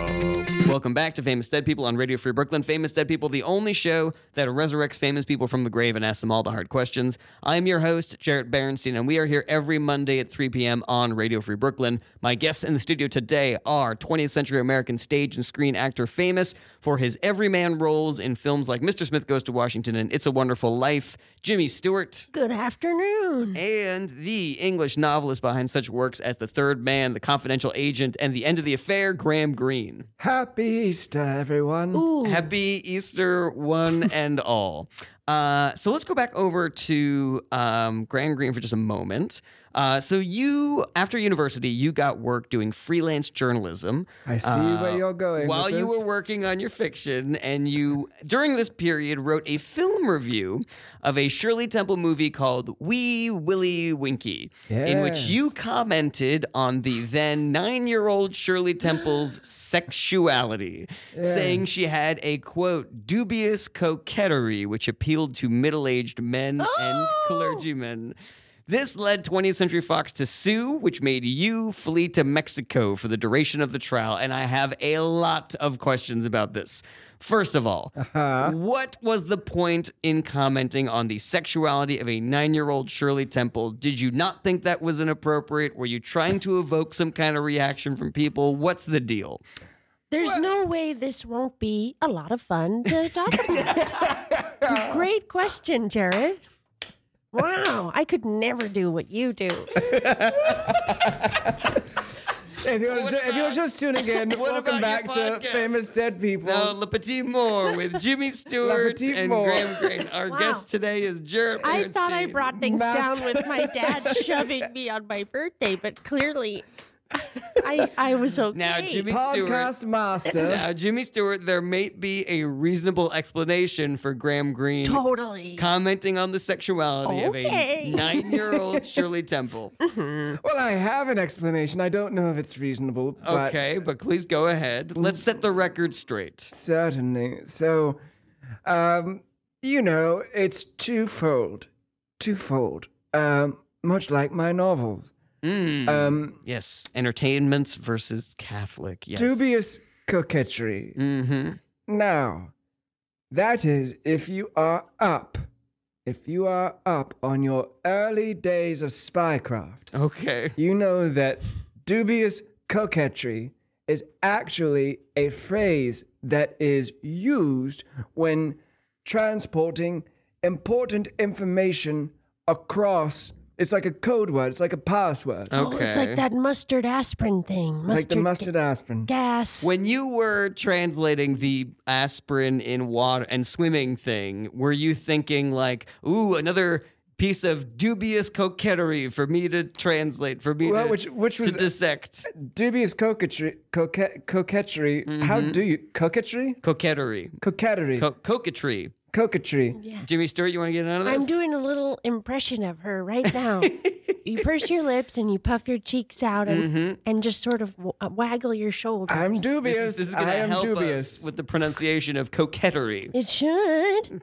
Speaker 1: Welcome back to Famous Dead People on Radio Free Brooklyn. Famous Dead People, the only show that resurrects famous people from the grave and asks them all the hard questions. I'm your host, Jarrett Berenstein, and we are here every Monday at 3 p.m. on Radio Free Brooklyn. My guests in the studio today are 20th century American stage and screen actor famous for his everyman roles in films like Mr. Smith Goes to Washington and It's a Wonderful Life, Jimmy Stewart
Speaker 5: Good afternoon.
Speaker 1: and the English novelist behind such works as The Third Man, The Confidential Agent, and The End of the Affair, Graham Greene.
Speaker 4: Happy Easter, everyone.
Speaker 5: Ooh.
Speaker 1: Happy Easter, one and all. Uh, so let's go back over to um, Graham Greene for just a moment. Uh, so you, after university, you got work doing freelance journalism.
Speaker 4: I see where you're going
Speaker 1: Uh,
Speaker 4: with
Speaker 1: While you
Speaker 4: this.
Speaker 1: were working on your fiction, and you during this period wrote a film review of a Shirley Temple movie called Wee Willie Winky, in which
Speaker 4: Yes.
Speaker 1: you commented on the then nine-year-old Shirley Temple's sexuality, saying she had a quote dubious coquetry which appealed to middle-aged men and clergymen. This led 20th Century Fox to sue, which made you flee to Mexico for the duration of the trial. And I have a lot of questions about this. First of all, what was the point in commenting on the sexuality of a nine year old Shirley Temple? Did you not think that was inappropriate? Were you trying to evoke some kind of reaction from people? What's the deal?
Speaker 5: There's no way this won't be a lot of fun to talk about. Great question, Jared. Wow, I could never do what you do.
Speaker 4: If you're, ju- if you're just tuning in, welcome
Speaker 1: about
Speaker 4: back
Speaker 1: your
Speaker 4: to
Speaker 1: podcast?
Speaker 4: Famous Dead People.
Speaker 1: Now, Le Petit More with Jimmy Stewart
Speaker 4: Petit
Speaker 1: and
Speaker 4: More.
Speaker 1: Graham Crane. Our
Speaker 5: Wow.
Speaker 1: guest today is Jared.
Speaker 5: I thought I
Speaker 1: Bernstein.
Speaker 5: brought things
Speaker 4: Master-
Speaker 5: down with my dad shoving me on my birthday, but clearly I I was okay.
Speaker 1: Now, Jimmy Stewart.
Speaker 4: Podcast master.
Speaker 1: Now, Jimmy Stewart, there may be a reasonable explanation for Graham Greene
Speaker 5: totally.
Speaker 1: commenting on the sexuality
Speaker 5: Okay.
Speaker 1: of a nine-year-old Shirley Temple.
Speaker 5: Mm-hmm.
Speaker 4: well, I have an explanation. I don't know if it's reasonable, but
Speaker 1: Okay, but please go ahead.
Speaker 5: Mm.
Speaker 1: Let's set the record straight.
Speaker 4: certainly. So, um, you know, it's twofold. Twofold. Um, much like my novels.
Speaker 1: Mm.
Speaker 4: Um,
Speaker 1: yes, entertainments versus Catholic. Yes.
Speaker 4: Dubious coquetry.
Speaker 1: Mm-hmm.
Speaker 4: Now, That is, if you are up, if you are up on your early days of spycraft,
Speaker 1: Okay.
Speaker 4: you know that dubious coquetry is actually a phrase that is used when transporting important information across. It's like a code word, it's like a password,
Speaker 1: Okay.
Speaker 5: Oh, it's like that mustard aspirin thing. Mustard
Speaker 4: like the mustard aspirin.
Speaker 5: gas.
Speaker 1: When you were translating the aspirin in water and swimming thing, were you thinking like, "Ooh, another piece of dubious coquetry for me to translate, for me
Speaker 4: Well,
Speaker 1: to,
Speaker 4: which- which
Speaker 1: to
Speaker 4: was-
Speaker 1: dissect
Speaker 4: Dubious coquetry, coquet, coquetry. How do you coquetry?
Speaker 1: coquetry,
Speaker 4: Coquetry,
Speaker 1: Mm-hmm. Co- coquetry."
Speaker 4: coquetry.
Speaker 5: yeah.
Speaker 1: Jimmy Stewart, you want to get another?
Speaker 5: I'm doing a little impression of her right now. you purse your lips and you puff your cheeks out and,
Speaker 1: Mm-hmm.
Speaker 5: and just sort of w- uh, waggle your shoulders.
Speaker 4: Mm-hmm. I'm dubious.
Speaker 1: This is, this is going
Speaker 4: I
Speaker 1: to
Speaker 4: am
Speaker 1: help
Speaker 4: dubious.
Speaker 1: us with the pronunciation of coquetry.
Speaker 5: it should.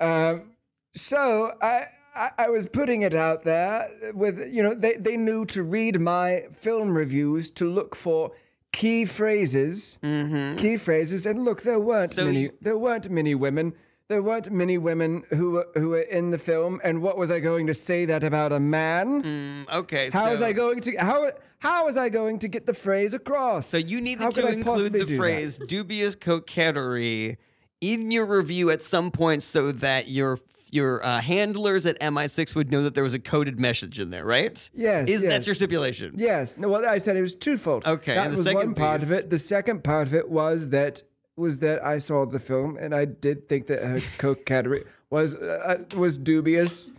Speaker 4: Um, so I, I I was putting it out there with you know they they knew to read my film reviews to look for key phrases, key phrases, and look there weren't
Speaker 1: Mm-hmm. So
Speaker 4: many
Speaker 1: you-
Speaker 4: there weren't many women. There weren't many women who were, who were in the film, and what was I going to say that about a man?
Speaker 1: Mm, okay.
Speaker 4: How
Speaker 1: so,
Speaker 4: was I going to how how was I going to get the phrase across?
Speaker 1: So you needed
Speaker 4: How could
Speaker 1: to
Speaker 4: I
Speaker 1: include
Speaker 4: possibly
Speaker 1: the
Speaker 4: do that?
Speaker 1: phrase "dubious coquetry" in your review at some point, so that your your uh, handlers at MI6 would know that there was a coded message in there, right?
Speaker 4: Yes,
Speaker 1: Is
Speaker 4: yes.
Speaker 1: that's your stipulation?
Speaker 4: Yes. No. Well, I said it was twofold.
Speaker 1: Okay,
Speaker 4: That
Speaker 1: and the
Speaker 4: was
Speaker 1: second
Speaker 4: one part of
Speaker 1: piece-
Speaker 4: it. The second part of it was that was that I saw the film and I did think that her coquetry was uh, uh, was dubious.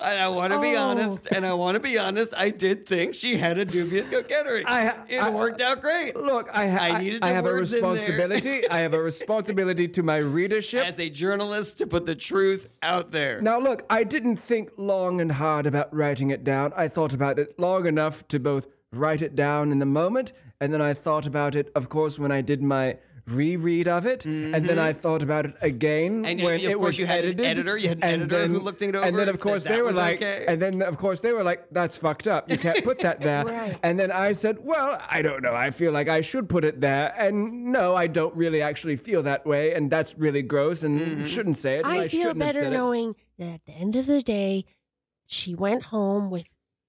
Speaker 1: And I want to be
Speaker 5: Oh.
Speaker 1: honest. And I want to be honest. I did think she had a dubious coquetry.
Speaker 4: I-
Speaker 1: it
Speaker 4: I-
Speaker 1: worked out great.
Speaker 4: Look, I, ha-
Speaker 1: I
Speaker 4: I,
Speaker 1: needed
Speaker 4: I
Speaker 1: the
Speaker 4: have a
Speaker 1: words in there.
Speaker 4: responsibility. I have a responsibility to my readership.
Speaker 1: As a journalist, to put the truth out there.
Speaker 4: Now, look, I didn't think long and hard about writing it down. I thought about it long enough to both write it down in the moment, and then I thought about it, of course, when I did my reread of it, and then I thought about it again
Speaker 1: Mm-hmm. And you-
Speaker 4: when
Speaker 1: of
Speaker 4: it
Speaker 1: course
Speaker 4: was
Speaker 1: you had an
Speaker 4: edited.
Speaker 1: editor- you had an
Speaker 4: and
Speaker 1: editor who looked it over
Speaker 4: and then
Speaker 1: and
Speaker 4: of course
Speaker 1: said
Speaker 4: they
Speaker 1: that
Speaker 4: were
Speaker 1: was
Speaker 4: like,
Speaker 1: okay.
Speaker 4: and then of course they were like, that's fucked up. You can't put that there.
Speaker 5: Right.
Speaker 4: And then I said, well, I don't know. I feel like I should put it there, and no, I don't really actually feel that way, and that's really gross, and
Speaker 1: Mm-hmm.
Speaker 4: shouldn't say it. and
Speaker 5: I,
Speaker 4: I
Speaker 5: feel
Speaker 4: shouldn't have
Speaker 5: better
Speaker 4: said it.
Speaker 5: knowing that at the end of the day, she went home with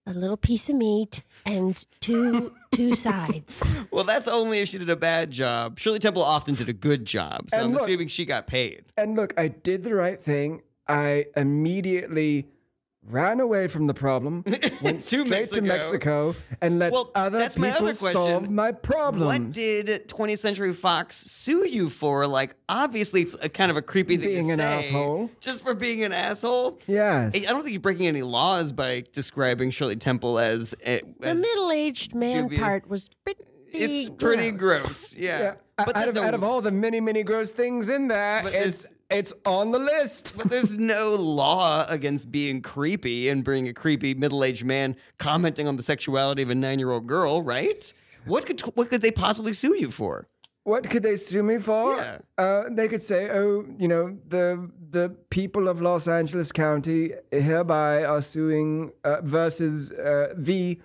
Speaker 5: a little piece of meat and two two sides.
Speaker 1: Well, that's only if she did a bad job. Shirley Temple often did a good job, so
Speaker 4: And
Speaker 1: I'm
Speaker 4: look-
Speaker 1: assuming she got paid.
Speaker 4: And look, I did the right thing. I immediately ran away from the problem, went
Speaker 1: To
Speaker 4: straight
Speaker 1: Mexico.
Speaker 4: to Mexico, and let
Speaker 1: Well,
Speaker 4: other
Speaker 1: that's
Speaker 4: people
Speaker 1: my other question.
Speaker 4: solve my problems.
Speaker 1: What did 20th Century Fox sue you for? Like, obviously, it's a kind of a creepy thing
Speaker 4: Being
Speaker 1: to
Speaker 4: an
Speaker 1: say,
Speaker 4: asshole.
Speaker 1: just for being an asshole.
Speaker 4: yes.
Speaker 1: I I don't think you're breaking any laws by describing Shirley Temple as, eh, as
Speaker 5: the middle-aged man
Speaker 1: Dubious.
Speaker 5: part was pretty.
Speaker 1: it's pretty gross. Yeah,
Speaker 4: Yeah. But out,
Speaker 1: that's
Speaker 4: of,
Speaker 1: the-
Speaker 4: out of all the many, many gross things in there,
Speaker 1: But
Speaker 4: it's it's on the list.
Speaker 1: But there's no law against being creepy and being a creepy middle-aged man commenting on the sexuality of a nine-year-old girl, right? What could what could they possibly sue you for?
Speaker 4: What could they sue me for?
Speaker 1: Yeah.
Speaker 4: Uh, they could say, "Oh, you know, the the people of Los Angeles County hereby are suing uh, versus uh, the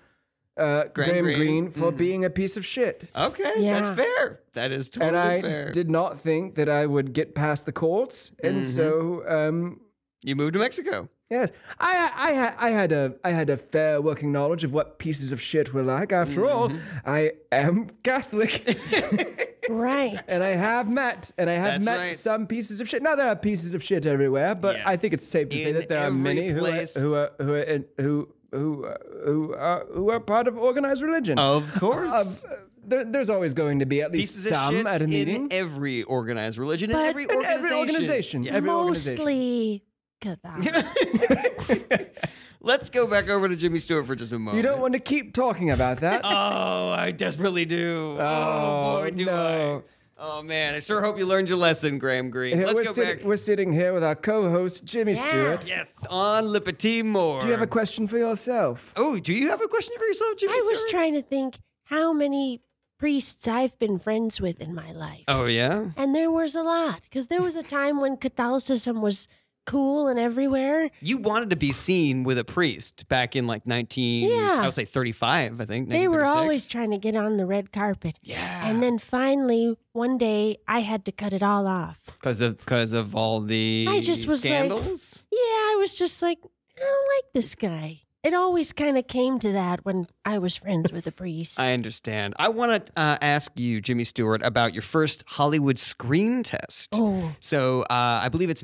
Speaker 4: uh,
Speaker 1: Greene.
Speaker 4: Graham
Speaker 1: Mm-hmm.
Speaker 4: Greene, for being a piece of shit."
Speaker 1: Okay, that's
Speaker 5: Yeah.
Speaker 1: fair. That is totally
Speaker 4: and I
Speaker 1: fair. Mm-hmm.
Speaker 4: did not think that I would get past the courts, and so um,
Speaker 1: you moved to Mexico.
Speaker 4: yes, I I ha- I had a I had a fair working knowledge of what pieces of shit were like. After all,
Speaker 1: Mm-hmm.
Speaker 4: I am Catholic.
Speaker 5: Right.
Speaker 4: And I have met, and I have
Speaker 1: That's
Speaker 4: met
Speaker 1: right.
Speaker 4: some pieces of shit. Now there are pieces of shit everywhere, but I think it's safe to say
Speaker 1: In
Speaker 4: that there are
Speaker 1: every
Speaker 4: many who are,
Speaker 1: place.
Speaker 4: who are who are in, who who uh, who are who are part of organized religion.
Speaker 1: Of course.
Speaker 4: Of, uh, there, there's always going to be at least
Speaker 1: Oh. Pieces
Speaker 4: some
Speaker 1: of shit
Speaker 4: at a meeting.
Speaker 1: in every organized religion, in
Speaker 5: But-
Speaker 1: every
Speaker 5: In
Speaker 1: organization.
Speaker 4: every organization.
Speaker 1: Yeah.
Speaker 4: Every organization.
Speaker 5: Mostly Catholic.
Speaker 1: Let's go back over to Jimmy Stewart for just a moment.
Speaker 4: You don't want to keep talking about that.
Speaker 1: Oh, I desperately do. Oh, boy, do
Speaker 4: no.
Speaker 1: I. Oh man, I sure hope you learned your lesson, Graham Greene.
Speaker 4: Here,
Speaker 1: Let's
Speaker 4: we're,
Speaker 1: go
Speaker 4: sitting,
Speaker 1: back.
Speaker 4: we're sitting here with our co-host Jimmy
Speaker 5: Yeah.
Speaker 4: Stewart.
Speaker 1: Yes, on Le Petit More.
Speaker 4: Do you have a question for yourself?
Speaker 1: Oh, do you have a question for yourself, Jimmy
Speaker 5: I was
Speaker 1: Stewart?
Speaker 5: trying to think how many priests I've been friends with in my life.
Speaker 1: Oh yeah.
Speaker 5: And there was a lot because there was a time when Catholicism was cool and everywhere.
Speaker 1: You wanted to be seen with a priest back in like 19,
Speaker 5: Yeah.
Speaker 1: I would say 35, I think.
Speaker 5: They were
Speaker 1: 1936.
Speaker 5: always trying to get on the red carpet.
Speaker 1: Yeah.
Speaker 5: And then finally, one day, I had to cut it all off.
Speaker 1: Because of because of all the
Speaker 5: I just was like-
Speaker 1: scandals.
Speaker 5: Yeah, I was just like, I don't like this guy. It always kind of came to that when I was friends with a priest.
Speaker 1: I understand. I want to uh, ask you, Jimmy Stewart, about your first Hollywood screen test.
Speaker 5: oh,
Speaker 1: So uh, I believe it's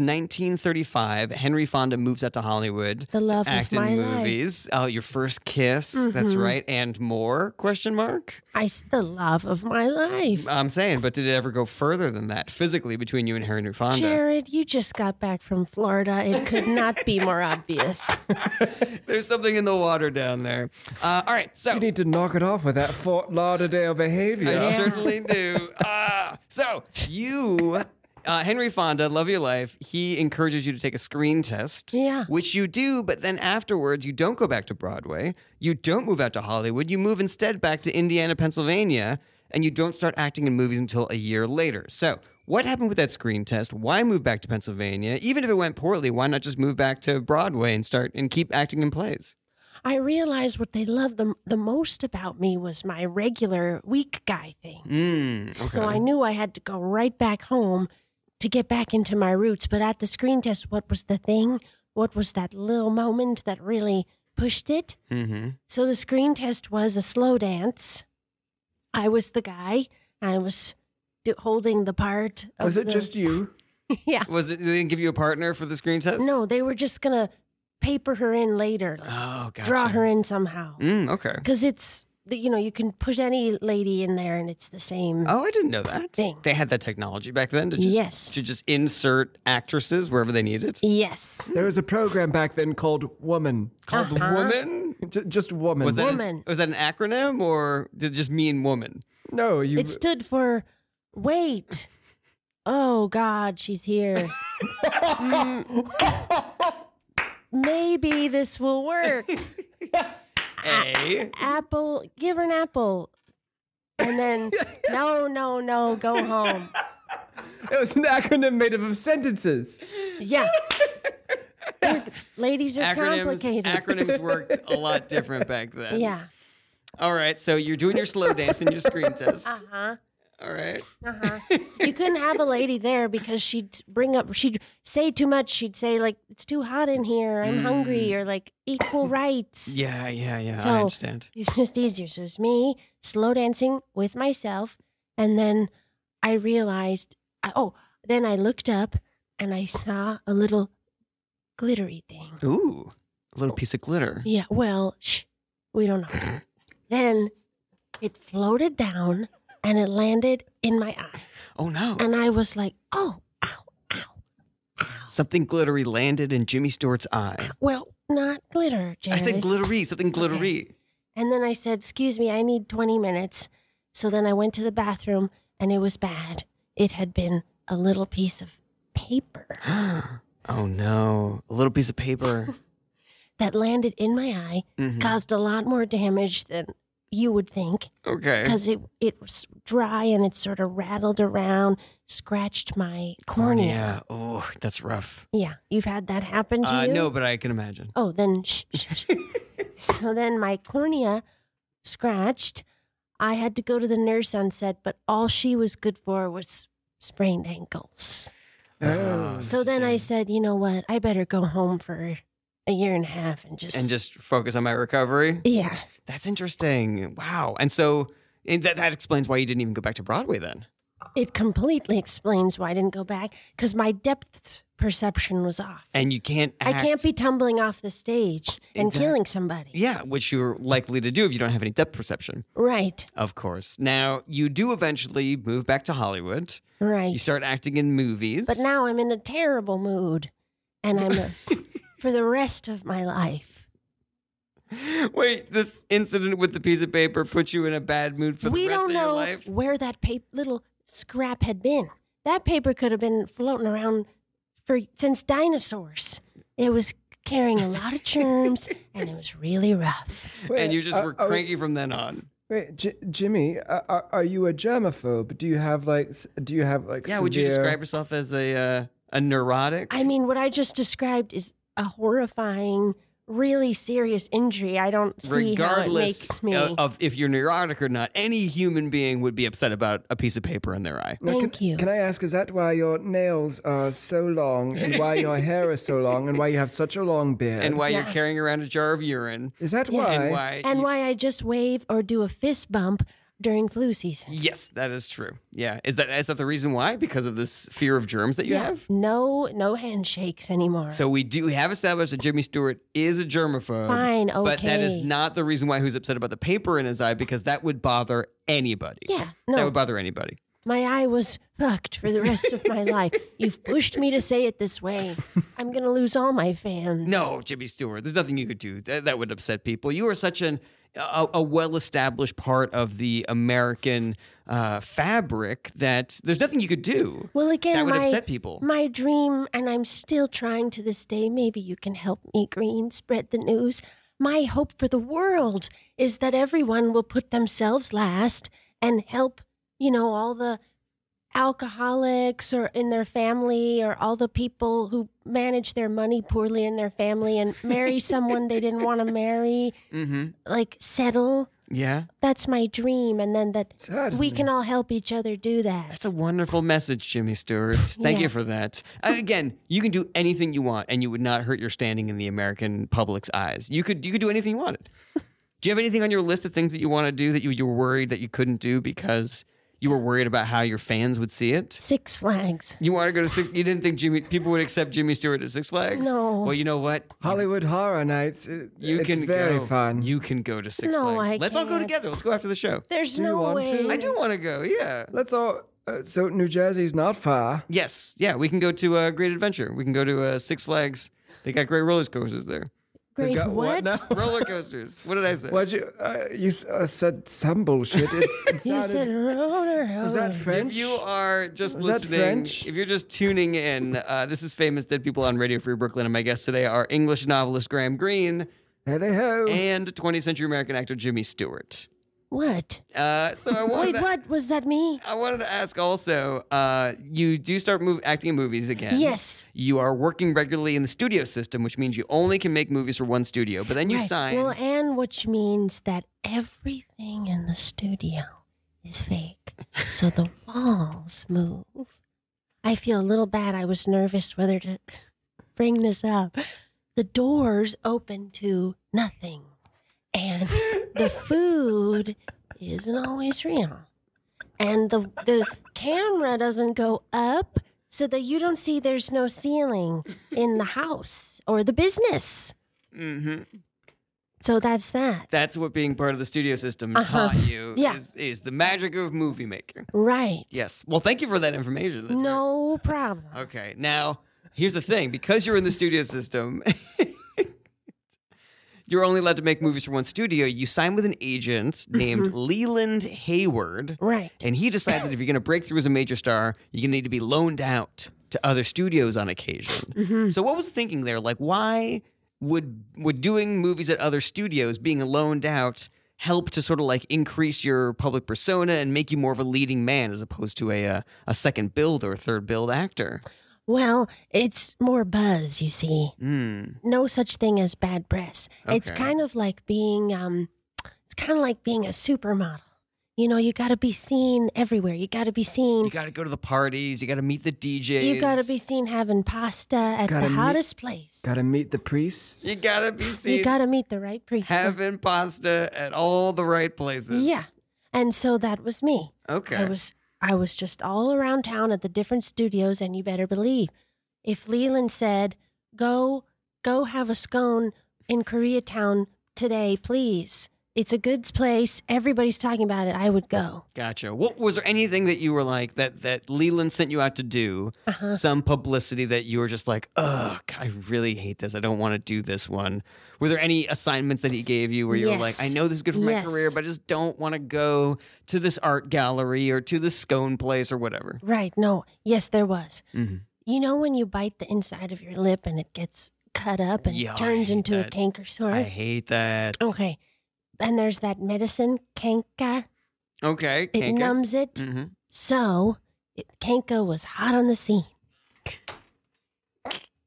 Speaker 1: 1935. Henry Fonda moves out to Hollywood.
Speaker 5: the love
Speaker 1: Act
Speaker 5: of
Speaker 1: in
Speaker 5: my life.
Speaker 1: movies. Uh, your first kiss. That's
Speaker 5: Mhm.
Speaker 1: right. And more? Question mark.
Speaker 5: I s- the love of my life.
Speaker 1: I'm saying, but did it ever go further than that physically between you and Henry Fonda?
Speaker 5: Jared, you just got back from Florida. It could not be more obvious.
Speaker 1: There's something in the water down there. Uh, all right, so
Speaker 4: You need to knock it off with that Fort Lauderdale behavior.
Speaker 1: I certainly do. Uh, so you, uh, Henry Fonda, love your life. He encourages you to take a screen test,
Speaker 5: Yeah.
Speaker 1: which you do. But then afterwards, you don't go back to Broadway. You don't move out to Hollywood. You move instead back to Indiana, Pennsylvania, and you don't start acting in movies until a year later. So. What happened with that screen test? Why move back to Pennsylvania? Even if it went poorly, why not just move back to Broadway and start and keep acting in plays?
Speaker 5: I realized what they loved the, the most about me was my regular weak guy thing.
Speaker 1: Mm,
Speaker 5: So I knew I had to go right back home to get back into my roots. But at the screen test, what was the thing? What was that little moment that really pushed it?
Speaker 1: hmm
Speaker 5: So the screen test was a slow dance. I was the guy. I was d- holding the part. of
Speaker 4: Was it
Speaker 5: the-
Speaker 4: just you?
Speaker 5: yeah.
Speaker 1: Was it? They didn't give you a partner for the screen test?
Speaker 5: No, they were just gonna paper her in later, like,
Speaker 1: Oh, gotcha.
Speaker 5: draw her in somehow.
Speaker 1: Mm, okay.
Speaker 5: Because it's the, you know you can put any lady in there and it's the same.
Speaker 1: Oh, I didn't know that.
Speaker 5: Thing.
Speaker 1: They had that technology back then to just
Speaker 5: Yes.
Speaker 1: to just insert actresses wherever they needed.
Speaker 5: Yes,
Speaker 4: There was a program back then called Woman.
Speaker 1: Called
Speaker 5: Uh-huh.
Speaker 1: woman.
Speaker 4: J- just Woman.
Speaker 1: Was that
Speaker 5: Woman.
Speaker 1: An, was that an acronym or did it just mean woman?
Speaker 4: No, you.
Speaker 5: it stood for wait. Oh God, she's here. Mm. Maybe this will work. Ah,
Speaker 1: A.
Speaker 5: apple, give her an apple. And then, no, no, no, go home.
Speaker 4: It was an acronym made up of sentences.
Speaker 5: Yeah. They're- ladies are
Speaker 1: Acronyms.
Speaker 5: complicated.
Speaker 1: Acronyms worked a lot different back then.
Speaker 5: Yeah.
Speaker 1: All right. So you're doing your slow dance and your screen test.
Speaker 5: Uh huh.
Speaker 1: All right.
Speaker 5: Uh-huh. you couldn't have a lady there because she'd bring up she'd say too much she'd say like it's too hot in here i'm hungry or like equal rights
Speaker 1: Mm. Yeah. Yeah. Yeah.
Speaker 5: So-
Speaker 1: I understand.
Speaker 5: It's just easier. So it's me slow dancing with myself. And then I realized, I, oh, then I looked up and I saw a little glittery thing.
Speaker 1: Ooh, a little piece of glitter.
Speaker 5: Yeah, well, shh, we don't
Speaker 1: Mm-hmm.
Speaker 5: know. then it floated down and it landed in my eye.
Speaker 1: Oh no.
Speaker 5: And I was like, oh, ow, ow.
Speaker 1: Something glittery landed in Jimmy Stewart's eye.
Speaker 5: Well, not glitter, Jared.
Speaker 1: I said glittery, something glittery.
Speaker 5: And then I said, Excuse me, I need 20 minutes. So then I went to the bathroom and it was bad. It had been a little piece of paper
Speaker 1: oh no, a little piece of paper.
Speaker 5: that landed in my eye,
Speaker 1: Mhm.
Speaker 5: caused a lot more damage than you would think
Speaker 1: Okay.
Speaker 5: because it, it was dry and it sort of rattled around, scratched my
Speaker 1: Cornea.
Speaker 5: cornea.
Speaker 1: Oh, that's rough.
Speaker 5: Yeah. You've had that happen to
Speaker 1: Uh,
Speaker 5: you?
Speaker 1: no, but I can imagine.
Speaker 5: Oh, then shh, shh, shh. so then my cornea scratched. I had to go to the nurse on set, but all she was good for was sprained ankles.
Speaker 1: Uh,
Speaker 4: Oh.
Speaker 5: So then I said, you know what? I better go home for a year and a half and just
Speaker 1: and just focus on my recovery.
Speaker 5: yeah.
Speaker 1: That's interesting. Wow. And so and that that explains why you didn't even go back to Broadway then.
Speaker 5: It completely explains why I didn't go back because my depth perception was off.
Speaker 1: And you can't.
Speaker 5: I
Speaker 1: Act,
Speaker 5: can't be tumbling off the stage and
Speaker 1: Exact-
Speaker 5: killing somebody.
Speaker 1: Yeah, which you're likely to do if you don't have any depth perception,
Speaker 5: Right,
Speaker 1: of course. Now you do eventually move back to Hollywood. You
Speaker 5: right.
Speaker 1: start acting in movies.
Speaker 5: But now I'm in a terrible mood, and I'm a, for the rest of my life.
Speaker 1: Wait, this incident with the piece of paper put you in a bad mood for the
Speaker 5: we
Speaker 1: rest
Speaker 5: don't
Speaker 1: of
Speaker 5: know
Speaker 1: your life?
Speaker 5: where that pa- little scrap had been. That paper could have been floating around for since dinosaurs. It was carrying a lot of germs, and it was really rough.
Speaker 4: Wait,
Speaker 1: and you just
Speaker 4: uh,
Speaker 1: were
Speaker 4: are-
Speaker 1: cranky from then on.
Speaker 4: Wait, J- Jimmy, uh, are, are you a germaphobe? Do you have like, s- do you have like?
Speaker 1: Yeah, would you
Speaker 4: severe-
Speaker 1: describe yourself as a uh, A neurotic?
Speaker 5: I mean, what I just described is a horrifying, really serious injury. I don't see
Speaker 1: Regardless
Speaker 5: how it makes me.
Speaker 1: o- of uh, if you're neurotic or not, any human being would be upset about a piece of paper in their eye.
Speaker 4: Now,
Speaker 5: Thank
Speaker 4: can,
Speaker 5: you.
Speaker 4: Can I ask, is that why your nails are so long and why your hair is so long and why you have such a long beard?
Speaker 1: And why you're
Speaker 5: Yeah.
Speaker 1: carrying around a jar of urine.
Speaker 4: Is that
Speaker 5: Yeah.
Speaker 4: why?
Speaker 1: And why?
Speaker 5: and
Speaker 1: you-
Speaker 5: why I just wave or do a fist bump during flu season.
Speaker 1: Yes, that is true. Yeah. Is that is that the reason why? Because of this fear of germs that you have?
Speaker 5: No, no handshakes anymore.
Speaker 1: So we do we have established that Jimmy Stewart is a germaphobe.
Speaker 5: Fine,
Speaker 1: But that is
Speaker 5: okay.
Speaker 1: not the reason why he was upset about the paper in his eye because that would bother anybody.
Speaker 5: yeah,
Speaker 1: That
Speaker 5: no,
Speaker 1: would bother anybody.
Speaker 5: my eye was fucked for the rest of my life. You've pushed me to say it this way. I'm gonna lose all my fans.
Speaker 1: No, Jimmy Stewart, there's nothing you could do that, that would upset people. You are such an a, a well-established part of the American uh, fabric that there's nothing you could do
Speaker 5: Well,
Speaker 1: that
Speaker 5: again,
Speaker 1: would
Speaker 5: my
Speaker 1: upset people.
Speaker 5: my dream, and I'm still trying to this day. Maybe you can help me, Green, spread the news. My hope for the world is that everyone will put themselves last and help, you know, all the alcoholics or in their family or all the people who manage their money poorly in their family and marry someone they didn't want to marry,
Speaker 1: Mm-hmm.
Speaker 5: like settle.
Speaker 1: Yeah,
Speaker 5: That's my dream. And then that we
Speaker 4: Certainly.
Speaker 5: can all help each other do that.
Speaker 1: that's a wonderful message, Jimmy Stewart. Thank
Speaker 5: Yeah.
Speaker 1: you for that. And again, you can do anything you want, and you would not hurt your standing in the American public's eyes. You could you could do anything you wanted. do you have anything on your list of things that you want to do that you, you were worried that you couldn't do because you were worried about how your fans would see it?
Speaker 5: Six flags.
Speaker 1: You want to go to Six? You didn't think Jimmy people would accept Jimmy Stewart at Six Flags?
Speaker 5: No.
Speaker 1: Well, you know what?
Speaker 4: Hollywood Horror Nights. It,
Speaker 1: You
Speaker 4: it's
Speaker 1: can
Speaker 4: very
Speaker 1: go.
Speaker 4: fun.
Speaker 1: You can go to Six
Speaker 5: No,
Speaker 1: Flags.
Speaker 5: I
Speaker 1: Let's all go
Speaker 5: can't.
Speaker 1: together. Let's go after the show.
Speaker 5: There's
Speaker 4: Do you
Speaker 5: no
Speaker 4: want
Speaker 5: way.
Speaker 4: to?
Speaker 1: I do want to go. Yeah.
Speaker 4: Let's all. Uh, so New Jersey's not far.
Speaker 1: Yes. Yeah. We can go to uh, Great Adventure. We can go to uh, Six Flags. They got great roller coasters there.
Speaker 4: They've
Speaker 5: Great.
Speaker 4: got
Speaker 5: what?
Speaker 4: now?
Speaker 1: Roller coasters. What did I say?
Speaker 4: What'd you? Uh, you s- uh, said some bullshit. It's, it
Speaker 5: You
Speaker 4: sounded-
Speaker 5: said roller.
Speaker 4: Is that French?
Speaker 1: If you are just
Speaker 4: Was that
Speaker 1: listening,
Speaker 4: French?
Speaker 1: if you're just tuning in, uh, this is Famous Dead People on Radio Free Brooklyn, and my guests today are English novelist Graham Greene
Speaker 4: Hello ho.
Speaker 1: and 20th century American actor Jimmy Stewart.
Speaker 5: What?
Speaker 1: Uh, so I wanted
Speaker 5: Wait,
Speaker 1: to-
Speaker 5: what was that? Me?
Speaker 1: I wanted to ask also, uh, you do start mov- acting in movies again.
Speaker 5: Yes.
Speaker 1: You are working regularly in the studio system, which means you only can make movies for one studio, but then you
Speaker 5: Right.
Speaker 1: sign.
Speaker 5: Well, and which means that everything in the studio is fake, so the walls move. I feel a little bad. I was nervous whether to bring this up. The doors open to nothing, and the food isn't always real, and the the camera doesn't go up. So that you don't see there's no ceiling in the house or the business.
Speaker 1: hmm
Speaker 5: So that's that.
Speaker 1: That's what being part of the studio system
Speaker 5: Uh-huh.
Speaker 1: taught you
Speaker 5: Yeah.
Speaker 1: is, is the magic of movie making.
Speaker 5: Right.
Speaker 1: Yes. Well, thank you for that information. That's
Speaker 5: no problem.
Speaker 1: very- Okay. Now, here's the thing because you're in the studio system, you're only allowed to make movies for one studio. You sign with an agent named
Speaker 5: Mm-hmm.
Speaker 1: Leland Hayward.
Speaker 5: Right.
Speaker 1: And he decides that if you're going to break through as a major star, you're going to need to be loaned out to other studios on occasion.
Speaker 5: Mm.
Speaker 1: So what was the thinking there? Like, why would would doing movies at other studios, being loaned out, help to sort of like increase your public persona and make you more of a leading man as opposed to a a, a second build or third build actor?
Speaker 5: Well, it's more buzz, you see.
Speaker 1: Mm.
Speaker 5: No such thing as bad press. It's
Speaker 1: Okay.
Speaker 5: kind of like being um it's kind of like being a supermodel. You know, you got to be seen everywhere. You got to be
Speaker 1: You
Speaker 5: seen.
Speaker 1: got to go to the parties. You got to meet the DJs.
Speaker 5: You got to be seen having pasta at
Speaker 4: Gotta
Speaker 5: the
Speaker 4: meet-
Speaker 5: hottest place.
Speaker 4: Gotta meet the priests.
Speaker 1: You got to be
Speaker 5: you
Speaker 1: seen.
Speaker 5: got to meet the right priest.
Speaker 1: having pasta at all the right places.
Speaker 5: Yeah. And so that was me.
Speaker 1: Okay.
Speaker 5: I was I was just all around town at the different studios, and you better believe, if Leland said, "Go, go have a scone in Koreatown today, please. It's a good place. Everybody's talking about it. I would go."
Speaker 1: Gotcha. What was there anything that you were like that that Leland sent you out to do?
Speaker 5: Uh-huh.
Speaker 1: Some publicity that you were just like, ugh, I really hate this. I don't want to do this one. Were there any assignments that he gave you where you were like,
Speaker 5: Yes.
Speaker 1: I know this is good for
Speaker 5: Yes.
Speaker 1: my career, but I just don't want to go to this art gallery or to this scone place or whatever?
Speaker 5: Right? No. Yes, there was.
Speaker 1: Mhm.
Speaker 5: You know when you bite the inside of your lip and it gets cut up and
Speaker 1: Yeah, I
Speaker 5: turns
Speaker 1: hate
Speaker 5: into a
Speaker 1: that.
Speaker 5: canker sore.
Speaker 1: I hate that.
Speaker 5: Okay. And there's that medicine, canka.
Speaker 1: Okay. can't
Speaker 5: It
Speaker 1: go. Mm-hmm.
Speaker 5: numbs it.
Speaker 1: Mhm.
Speaker 5: So, it, Kanko was hot on the scene.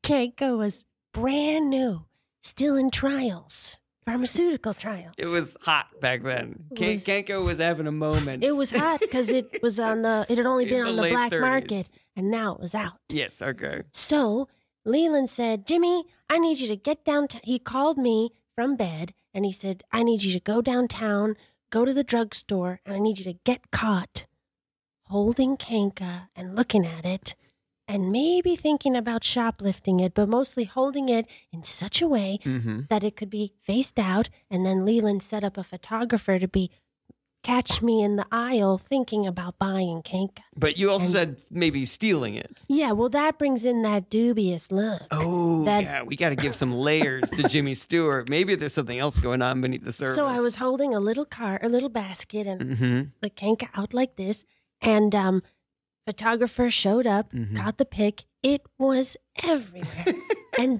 Speaker 5: Keiko was brand new, still in trials, pharmaceutical trials.
Speaker 1: It was hot back then.
Speaker 5: It
Speaker 1: Ken-
Speaker 5: was-
Speaker 1: Kenko was having a moment.
Speaker 5: It was hot because it was on the. It had only
Speaker 1: In
Speaker 5: been
Speaker 1: the
Speaker 5: on the
Speaker 1: late
Speaker 5: black
Speaker 1: 30s.
Speaker 5: market, and now it was out.
Speaker 1: Yes, okay.
Speaker 5: So Leland said, Jimmy, I need you to get downtown. He called me from bed and he said, I need you to go downtown, go to the drugstore, and I need you to get caught holding Kanka and looking at it and maybe thinking about shoplifting it, but mostly holding it in such a way
Speaker 1: Mm-hmm.
Speaker 5: that it could be faced out. And then Leland set up a photographer to be catch me in the aisle thinking about buying Kanka.
Speaker 1: But you also
Speaker 5: And-
Speaker 1: said maybe stealing it.
Speaker 5: Yeah, well, that brings in that dubious look.
Speaker 1: Oh,
Speaker 5: That-
Speaker 1: yeah. We got to give some layers to Jimmy Stewart. Maybe there's something else going on beneath the surface.
Speaker 5: So I was holding a little car, a little basket, and
Speaker 1: Mm-hmm.
Speaker 5: the kanka out like this, and um, photographer showed up,
Speaker 1: Mhm.
Speaker 5: caught the pic. It was everywhere, and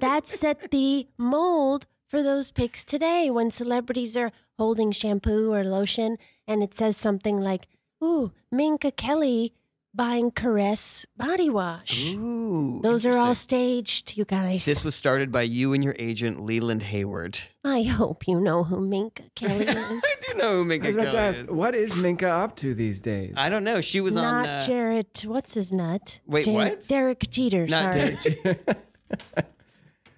Speaker 5: that set the mold for those pics today when celebrities are holding shampoo or lotion, and it says something like, "Ooh, Minka Kelly buying Caress body wash."
Speaker 1: Ooh.
Speaker 5: Those are all
Speaker 1: interesting.
Speaker 5: staged, you guys.
Speaker 1: This was started by you and your agent, Leland Hayward.
Speaker 5: I hope you know who Minka Kelly is.
Speaker 1: I do know who Minka
Speaker 4: I was about to
Speaker 1: Kelly
Speaker 4: ask,
Speaker 1: is.
Speaker 4: what is Minka up to these days?
Speaker 1: I don't know. She was
Speaker 5: not
Speaker 1: on. Uh,
Speaker 5: Jarrett. What's his nut?
Speaker 1: Wait,
Speaker 5: Jarrett,
Speaker 1: what?
Speaker 5: Derek Jeter.
Speaker 1: Not
Speaker 5: sorry.
Speaker 1: Derek Jeter.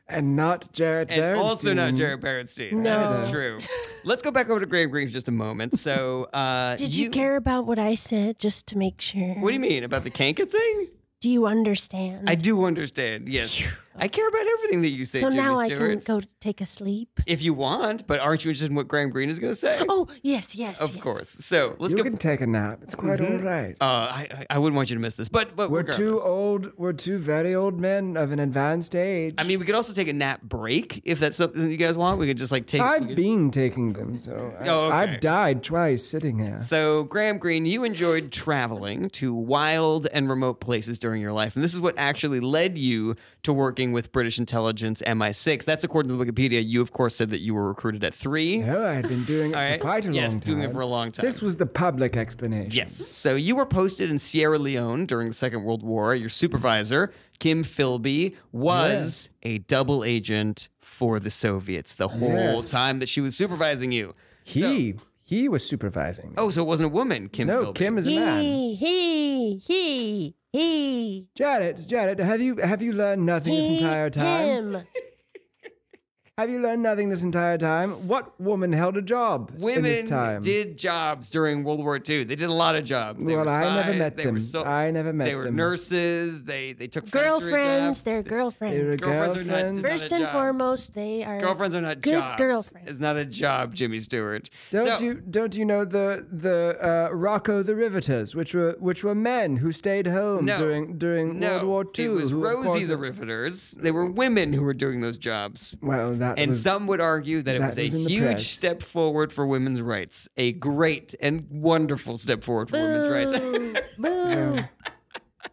Speaker 4: And not Jared
Speaker 1: and also not
Speaker 4: Bernstein.
Speaker 1: Jared Berenstein.
Speaker 5: No.
Speaker 1: That's true. Let's go back over to Graham Greene for just a moment. So, uh,
Speaker 5: Did you, care about what I said just to make sure?
Speaker 1: What do you mean about the Kanka thing?
Speaker 5: Do you understand?
Speaker 1: I do understand. Yes, I care about everything that you say.
Speaker 5: so
Speaker 1: Jimmy
Speaker 5: now I can
Speaker 1: Stewart.
Speaker 5: go take a sleep.
Speaker 1: if you want. But aren't you interested in what Graham Greene is going to say?
Speaker 5: Oh yes, yes,
Speaker 1: of
Speaker 5: yes.
Speaker 1: course. So let's
Speaker 4: you
Speaker 1: go.
Speaker 4: can take a nap. It's quite all right.
Speaker 1: uh, I I- I wouldn't want you to miss this, but but
Speaker 4: we're two
Speaker 1: regardless.
Speaker 4: old. We're two very old men of an advanced age.
Speaker 1: I mean, we could also take a nap break if that's something you guys want. We could just like take. we
Speaker 4: I've
Speaker 1: could-
Speaker 4: been taking them, so I,
Speaker 1: Oh, okay.
Speaker 4: I've died twice sitting here.
Speaker 1: So, Graham Greene, you enjoyed traveling to wild and remote places during your life. And this is what actually led you to working with British intelligence MI6. That's according to Wikipedia. You, of course, said that you were recruited at three.
Speaker 4: No, I had Oh, been doing it
Speaker 1: All right.
Speaker 4: for quite a
Speaker 1: yes,
Speaker 4: long time.
Speaker 1: doing it for a long time.
Speaker 4: This was the public explanation.
Speaker 1: Yes. So you were posted in Sierra Leone during the Second World War. Your supervisor, Kim Philby, was a double agent for the Soviets the whole
Speaker 4: Yes.
Speaker 1: time that she was supervising you.
Speaker 4: He he was supervising. me.
Speaker 1: Oh, so it wasn't a woman, Kim
Speaker 4: no,
Speaker 1: Philby.
Speaker 4: Kim is a man.
Speaker 5: He he he he.
Speaker 4: Janet, Janet, have you have you learned nothing this
Speaker 5: he,
Speaker 4: entire time?
Speaker 5: Him.
Speaker 4: Have you learned nothing this entire time? What woman held a job in this
Speaker 1: Women
Speaker 4: time?
Speaker 1: did jobs during World War II. They did a lot of jobs. They
Speaker 4: well,
Speaker 1: were
Speaker 4: I never
Speaker 1: spies,
Speaker 4: met
Speaker 1: they
Speaker 4: them.
Speaker 1: Were sol-
Speaker 4: I never met
Speaker 1: they were
Speaker 4: them.
Speaker 1: nurses. They they took factory
Speaker 5: Girlfriends.
Speaker 1: jobs.
Speaker 5: They're
Speaker 4: They were
Speaker 5: girlfriends.
Speaker 1: Girlfriends are not-
Speaker 4: girlfriends.
Speaker 1: not a
Speaker 5: First and
Speaker 1: job.
Speaker 5: foremost, they are
Speaker 1: Girlfriends are not
Speaker 5: Good
Speaker 1: jobs.
Speaker 5: girlfriends.
Speaker 1: It's not a job, Jimmy Stewart.
Speaker 4: Don't
Speaker 1: So-
Speaker 4: you don't you know the the uh, Rocco the Riveters, which were which were men who stayed home
Speaker 1: No.
Speaker 4: during during
Speaker 1: No,
Speaker 4: World War II?
Speaker 1: it was
Speaker 4: who, of
Speaker 1: Rosie
Speaker 4: course-
Speaker 1: the Riveters. They were women who were doing those jobs.
Speaker 4: Well, that
Speaker 1: And
Speaker 4: was
Speaker 1: some would argue that it
Speaker 4: that
Speaker 1: was a
Speaker 4: was in the
Speaker 1: huge
Speaker 4: press.
Speaker 1: step forward for women's rights, a great and wonderful step forward for women's rights.
Speaker 5: Boo, boo.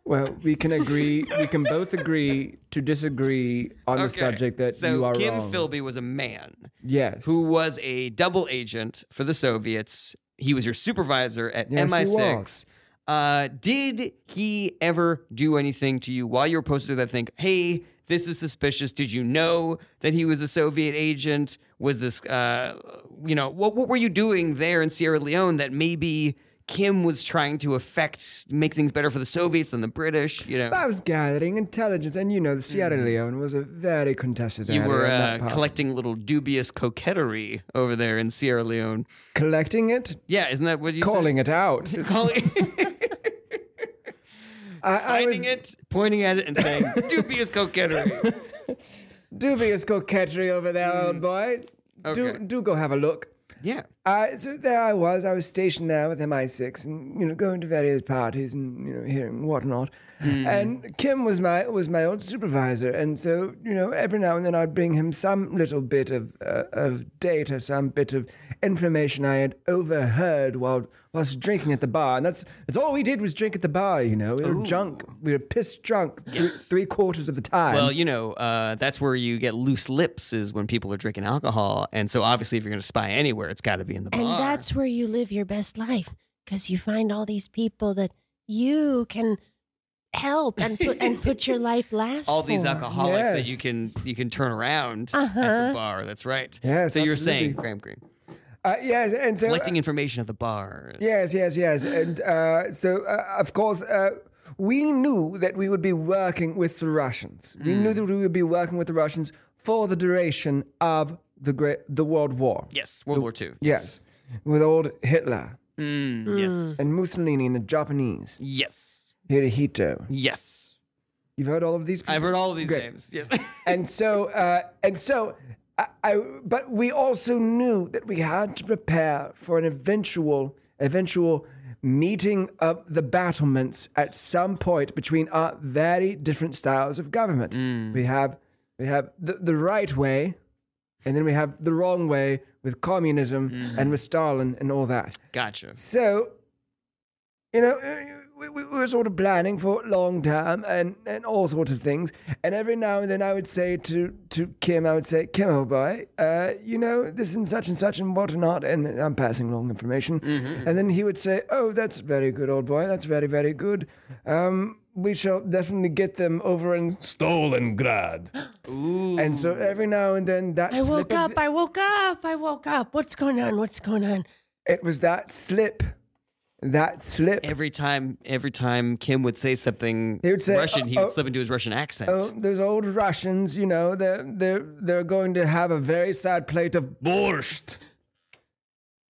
Speaker 4: well. We can agree. we can both agree to disagree on the
Speaker 1: Okay,
Speaker 4: subject that
Speaker 1: so
Speaker 4: you are
Speaker 1: Kim
Speaker 4: wrong.
Speaker 1: Philby was a man
Speaker 4: yes.
Speaker 1: who was a double agent for the Soviets. He was your supervisor at
Speaker 4: Yes, he
Speaker 1: MI6.
Speaker 4: was.
Speaker 1: Uh, did he ever do anything to you while you were posted that think, hey, this is suspicious? Did you know that he was a Soviet agent? Was this, uh, you know, what, what were you doing there in Sierra Leone that maybe Kim was trying to affect, make things better for the Soviets than the British? You know,
Speaker 4: I was gathering intelligence, and you know, the Sierra Leone was a very contested
Speaker 1: Mm-hmm. you
Speaker 4: area.
Speaker 1: were
Speaker 4: in that
Speaker 1: uh,
Speaker 4: part.
Speaker 1: collecting little dubious coquetry over there in Sierra Leone.
Speaker 4: collecting it,
Speaker 1: Yeah, isn't that what you said?
Speaker 4: calling it out.
Speaker 1: calling,
Speaker 4: I, I was
Speaker 1: finding it, pointing at it, and saying dubious coquetry.
Speaker 4: dubious coquetry over there, old boy. Do
Speaker 1: Mm. Okay.
Speaker 4: do go have a look.
Speaker 1: Yeah.
Speaker 4: I, Uh, so there I was. I was stationed there with MI6, and you know, going to various parties and you know, hearing whatnot.
Speaker 1: Hmm.
Speaker 4: And Kim was my was my old supervisor, and so you know, every now and then I'd bring him some little bit of uh, of data, some bit of information I had overheard while whilst drinking at the bar, and that's that's all we did was drink at the bar. You know, we were drunk, we were piss drunk three, three quarters of the time.
Speaker 1: Well, you know, uh, that's where you get loose lips is when people are drinking alcohol, and so obviously, if you're going to spy anywhere, it's got to be in the bar.
Speaker 5: And that's where you live your best life because you find all these people that you can help and put and put your life last.
Speaker 1: all these
Speaker 5: for.
Speaker 1: alcoholics that
Speaker 4: Yes.
Speaker 1: you can you can turn around at the
Speaker 5: Uh-huh.
Speaker 1: bar. That's right.
Speaker 4: Yes,
Speaker 1: so you're saying
Speaker 4: absolutely.
Speaker 1: Graham Greene
Speaker 4: Uh, yes, and so
Speaker 1: collecting information at the bars.
Speaker 4: Yes, yes, yes. And uh, so, uh, of course, uh, we knew that we would be working with the Russians. We knew that we would be working with the Russians for the duration of the great, the World War.
Speaker 1: Yes, World War Two.
Speaker 4: Yes. With old Hitler
Speaker 1: Mm, Yes.
Speaker 4: and Mussolini and the Japanese,
Speaker 1: Yes.
Speaker 4: Hirohito.
Speaker 1: Yes.
Speaker 4: You've heard all of these people?
Speaker 1: I've heard all of these
Speaker 4: Great.
Speaker 1: names. Yes.
Speaker 4: and so uh, and so I, I but we also knew that we had to prepare for an eventual eventual meeting of the battlements at some point between our very different styles of government
Speaker 1: Mm.
Speaker 4: we have we have the, the right way and then we have the wrong way with communism and with stalin and all that
Speaker 1: gotcha.
Speaker 4: so, you know, uh, we, we we were sort of planning for long term and, and all sorts of things. And every now and then I would say to, to Kim, I would say, Kim, oh boy, uh, you know, this and such and such and whatnot. And I'm passing along information.
Speaker 1: Mm.
Speaker 4: And then he would say, oh, that's very good, old boy. That's very, very good. Um, we shall definitely get them over in Stalingrad.
Speaker 1: Mm-hmm.
Speaker 4: And so every now and then that
Speaker 5: I
Speaker 4: slip
Speaker 5: woke
Speaker 4: of
Speaker 5: up.
Speaker 4: the-
Speaker 5: I woke up. I woke up. What's going on? What's going on?
Speaker 4: it was that slip. That slip.
Speaker 1: Every time, every time Kim would say something
Speaker 4: He would say,
Speaker 1: Russian, he would
Speaker 4: "Oh, oh,
Speaker 1: slip into his Russian accent.
Speaker 4: Oh, those old Russians, you know, they're they're they're going to have a very sad plate of borscht,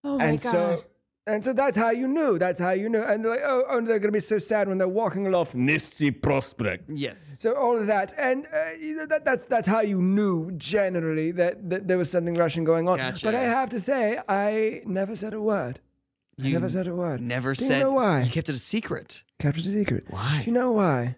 Speaker 5: Oh my
Speaker 4: and
Speaker 5: god.
Speaker 4: so and so that's how you knew. That's how you knew. And they're like, oh, oh, they're going to be so sad when they're walking along. Nissi prospect.
Speaker 1: Yes.
Speaker 4: So all of that, and uh, you know, that that's that's how you knew generally that, that there was something Russian going on.
Speaker 1: Gotcha.
Speaker 4: But I have to say, I never said a word.
Speaker 1: You
Speaker 4: I never said a word.
Speaker 1: Never
Speaker 4: Do you
Speaker 1: said.
Speaker 4: know why?
Speaker 1: You kept it a secret.
Speaker 4: Kept it a secret.
Speaker 1: Why?
Speaker 4: Do you know why?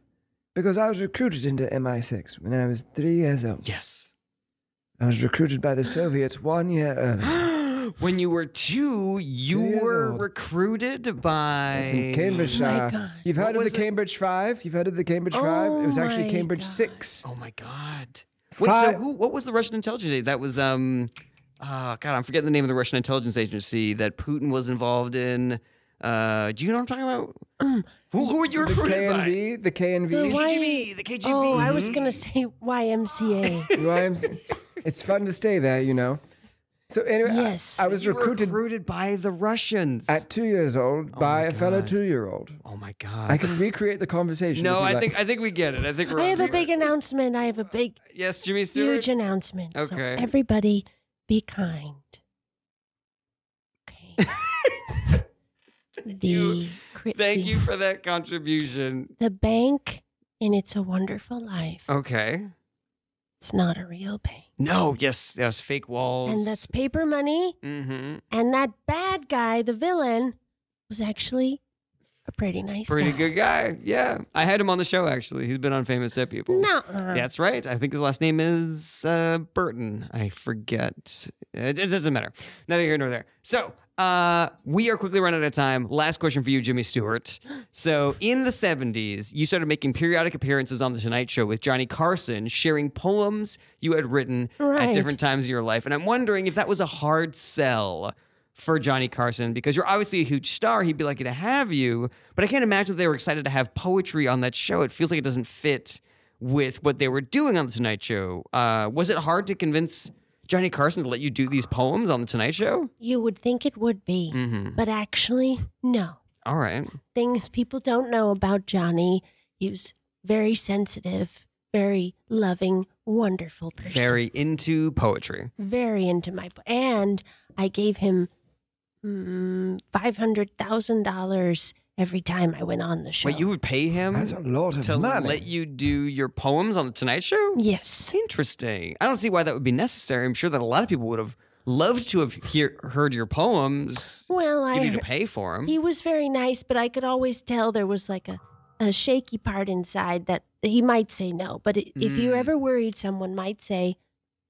Speaker 4: Because I was recruited into MI6 when I was three years old.
Speaker 1: Yes.
Speaker 4: I was recruited by the Soviets one year early.
Speaker 1: when you were two,
Speaker 4: Two
Speaker 1: you
Speaker 4: years
Speaker 1: were
Speaker 4: old.
Speaker 1: recruited by
Speaker 4: It's in Cambridge.
Speaker 5: Oh my
Speaker 4: uh,
Speaker 5: God.
Speaker 4: You've
Speaker 1: What
Speaker 4: heard of the
Speaker 1: was it?
Speaker 4: Cambridge Five? You've heard of the Cambridge Five? It was
Speaker 5: Oh
Speaker 4: actually
Speaker 5: my
Speaker 4: Cambridge
Speaker 5: God.
Speaker 4: Six.
Speaker 1: Oh my God. Wait, so
Speaker 4: Five-
Speaker 1: who, what was the Russian intelligence agency? That was, um, oh God, I'm forgetting the name of the Russian intelligence agency that Putin was involved in. Uh, do you know what I'm talking about? who, who were you
Speaker 4: The
Speaker 1: recruited by?
Speaker 4: KNV, the KNV.
Speaker 5: The Y-
Speaker 1: KGB, the KGB.
Speaker 5: oh, I was gonna say YMCA.
Speaker 4: You know, I'm s- it's fun to stay there, you know. So anyway, I-
Speaker 5: Yes.
Speaker 4: I, was
Speaker 1: You were
Speaker 4: recruited
Speaker 1: recruited by the Russians.
Speaker 4: at two years old by a fellow
Speaker 1: Oh God.
Speaker 4: two-year-old.
Speaker 1: oh my God.
Speaker 4: I can recreate the conversation.
Speaker 1: no,
Speaker 4: if you
Speaker 1: I
Speaker 4: like.
Speaker 1: think I think we get it. I think we're.
Speaker 5: I
Speaker 1: on
Speaker 5: have a
Speaker 1: to
Speaker 5: big
Speaker 1: it.
Speaker 5: announcement. I have a big,
Speaker 1: Yes, Jimmy Stewart.
Speaker 5: huge announcement. So
Speaker 1: Okay.
Speaker 5: everybody, be kind. Okay. the
Speaker 1: you.
Speaker 5: cri-
Speaker 1: Thank
Speaker 5: the-
Speaker 1: you for that contribution.
Speaker 5: The bank in It's a Wonderful Life.
Speaker 1: Oh. Okay.
Speaker 5: It's not a real bank,
Speaker 1: No. Yes. Yes. Fake walls.
Speaker 5: and that's paper money.
Speaker 1: Mm-hmm.
Speaker 5: And that bad guy, the villain, was actually a pretty nice
Speaker 1: Pretty
Speaker 5: guy.
Speaker 1: good guy. Yeah. I had him on the show actually. He's been on Famous Dead People.
Speaker 5: No.
Speaker 1: That's right. I think his last name is uh, Burton. I forget. It, it doesn't matter. Neither here nor there. So uh, we are quickly running out of time. Last question for you, Jimmy Stewart. So in the 70s, you started making periodic appearances on The Tonight Show with Johnny Carson, sharing poems you had written at
Speaker 5: Right.
Speaker 1: different times of your life. And I'm wondering if that was a hard sell for Johnny Carson because you're obviously a huge star. He'd be lucky to have you. But I can't imagine they were excited to have poetry on that show. It feels like it doesn't fit with what they were doing on The Tonight Show. Uh, was it hard to convince Johnny Carson to let you do these poems on The Tonight Show?
Speaker 5: You would think it would be,
Speaker 1: Mm-hmm.
Speaker 5: but actually, no.
Speaker 1: All right.
Speaker 5: Things people don't know about Johnny. He was very sensitive, very loving, wonderful person.
Speaker 1: Very into poetry.
Speaker 5: very into my po- and I gave him mm, five hundred thousand dollars every time I went on the show.
Speaker 1: Wait, you would pay him
Speaker 4: that's a lot of
Speaker 1: to
Speaker 4: money.
Speaker 1: let you do your poems on The Tonight Show?
Speaker 5: yes,
Speaker 1: Interesting. I don't see why that would be necessary. I'm sure that a lot of people would have loved to have hear, heard your poems.
Speaker 5: well
Speaker 1: You need to
Speaker 5: I
Speaker 1: pay for them.
Speaker 5: he was very nice, but I could always tell there was like a a shaky part inside that he might say no. But i if you're
Speaker 1: Mm.
Speaker 5: ever worried someone might say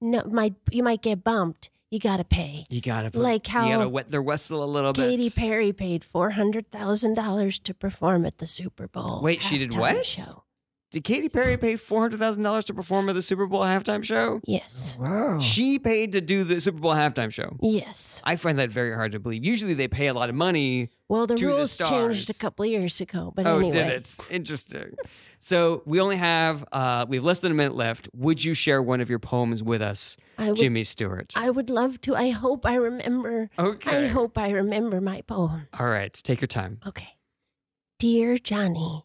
Speaker 5: no, might you might get bumped. You gotta pay.
Speaker 1: you gotta put,
Speaker 5: Like how
Speaker 1: you gotta wet their whistle a little
Speaker 5: Katy
Speaker 1: bit.
Speaker 5: Perry paid four hundred thousand dollars to perform at the Super Bowl.
Speaker 1: Wait, she did
Speaker 5: halftime
Speaker 1: what?
Speaker 5: Show.
Speaker 1: Did Katy Perry pay four hundred thousand dollars to perform at the Super Bowl halftime show?
Speaker 5: Yes.
Speaker 1: Oh.
Speaker 4: Wow.
Speaker 1: She paid to do the Super Bowl halftime show.
Speaker 5: Yes.
Speaker 1: I find that very hard to believe. Usually they pay a lot of money.
Speaker 5: Well, the
Speaker 1: To the
Speaker 5: rules changed a
Speaker 1: stars.
Speaker 5: couple years ago, but
Speaker 1: oh,
Speaker 5: anyway.
Speaker 1: did it? Interesting. So we only have uh, we have less than a minute left. Would you share one of your poems with us,
Speaker 5: I would,
Speaker 1: Jimmy Stewart?
Speaker 5: I would love to. I hope I remember.
Speaker 1: okay.
Speaker 5: I hope I remember my poems.
Speaker 1: All right, take your time.
Speaker 5: Okay. Dear Johnny,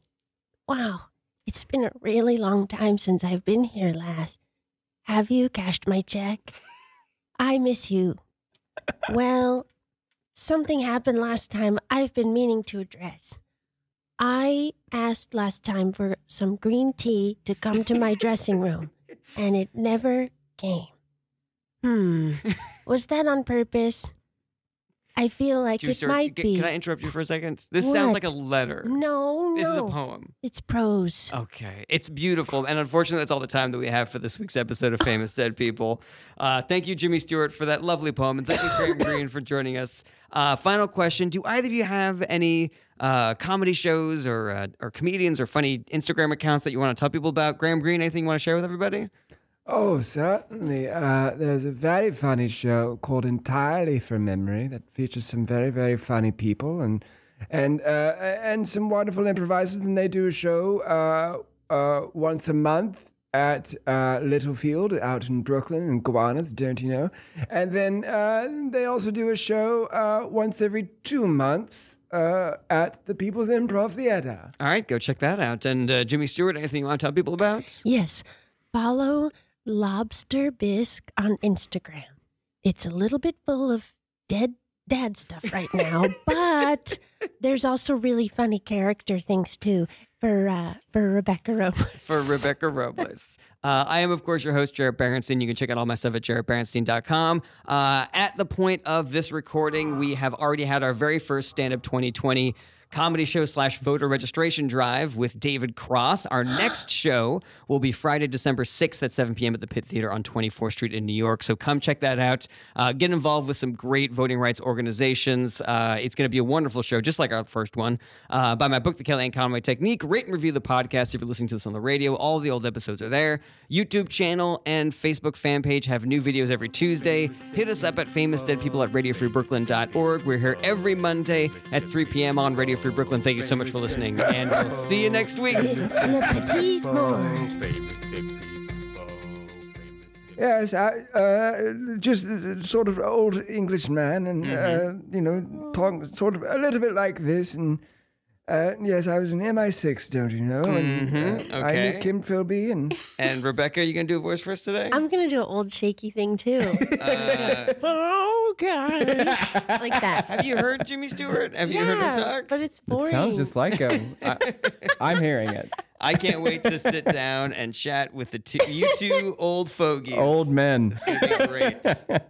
Speaker 5: wow, it's been a really long time since I've been here last. Have you cashed my check? I miss you. Well, something happened last time I've been meaning to address. I asked last time for some green tea to come to my dressing room, and it never came. Hmm. Was that on purpose? I feel like
Speaker 1: Jimmy
Speaker 5: it
Speaker 1: Stewart,
Speaker 5: might
Speaker 1: g-
Speaker 5: be.
Speaker 1: Can I interrupt you for a second? This sounds like a
Speaker 5: What?
Speaker 1: letter.
Speaker 5: No,
Speaker 1: This
Speaker 5: no.
Speaker 1: is a poem.
Speaker 5: It's
Speaker 1: Oh.
Speaker 5: prose.
Speaker 1: Okay. It's beautiful. And unfortunately, that's all the time that we have for this week's episode of Famous Dead People. Uh, thank you, Jimmy Stewart, for that lovely poem. And thank you, Graham Greene, for joining us. Uh, final question Do either of you have any uh, comedy shows or, uh, or comedians or funny Instagram accounts that you want to tell people about? Graham Greene, anything you want to share with everybody?
Speaker 4: Oh, certainly. Uh, there's a very funny show called Entirely from Memory that features some very, very funny people and and uh, and some wonderful improvisers. And they do a show uh, uh, once a month at uh, Littlefield out in Brooklyn and Gowanus, don't you know? And then uh, they also do a show uh, once every two months uh, at the People's Improv Theater.
Speaker 1: All right, go check that out. And uh, Jimmy Stewart, anything you want to tell people about?
Speaker 5: Yes. Follow Lobster Bisque on Instagram. It's a little bit full of dead dad stuff right now, but there's also really funny character things too for uh, for Rebecca Robles.
Speaker 1: for Rebecca Robles. Uh, I am, of course, your host, Jared Berenstein. You can check out all my stuff at jaredberenstein.com. Uh, at the point of this recording, we have already had our very first Stand Up 2020 comedy show slash voter registration drive with David Cross. Our next show will be Friday, December 6th at 7 p.m. at the Pitt Theater on 24th Street in New York. So come check that out. Uh, get involved with some great voting rights organizations. Uh, it's going to be a wonderful show, just like our first one. Uh, buy my book, The Kellyanne Conway Technique. Rate and review the podcast if you're listening to this on the radio. All the old episodes are there. YouTube channel and Facebook fan page have new videos every Tuesday. Hit us up at famousdeadpeople at radiofreebrooklyn.org. We're here every Monday at 3 p.m. on Radio Free Brooklyn. Thank you so much for listening, and we'll see you next week.
Speaker 5: Le Petit Mort.
Speaker 2: Famous dead people. Famous dead
Speaker 4: Yes, I, uh, just this sort of old English man, and uh, you know, talk sort of a little bit like this. And uh, yes, I was in MI6, don't you know? And,
Speaker 1: Mhm,
Speaker 4: uh, I
Speaker 1: okay.
Speaker 4: knew Kim Philby, and
Speaker 1: And Rebecca, you gonna do a voice for us today?
Speaker 5: I'm gonna do an old shaky thing too.
Speaker 1: Uh,
Speaker 5: oh gosh, like that.
Speaker 1: have you heard Jimmy Stewart? Have you heard him
Speaker 5: Yeah,
Speaker 1: talk?
Speaker 5: but it's boring.
Speaker 6: It sounds just like him. I, I'm hearing it.
Speaker 1: I can't wait to sit down and chat with the two, you two old fogies.
Speaker 6: Old men.
Speaker 1: It's gonna be great.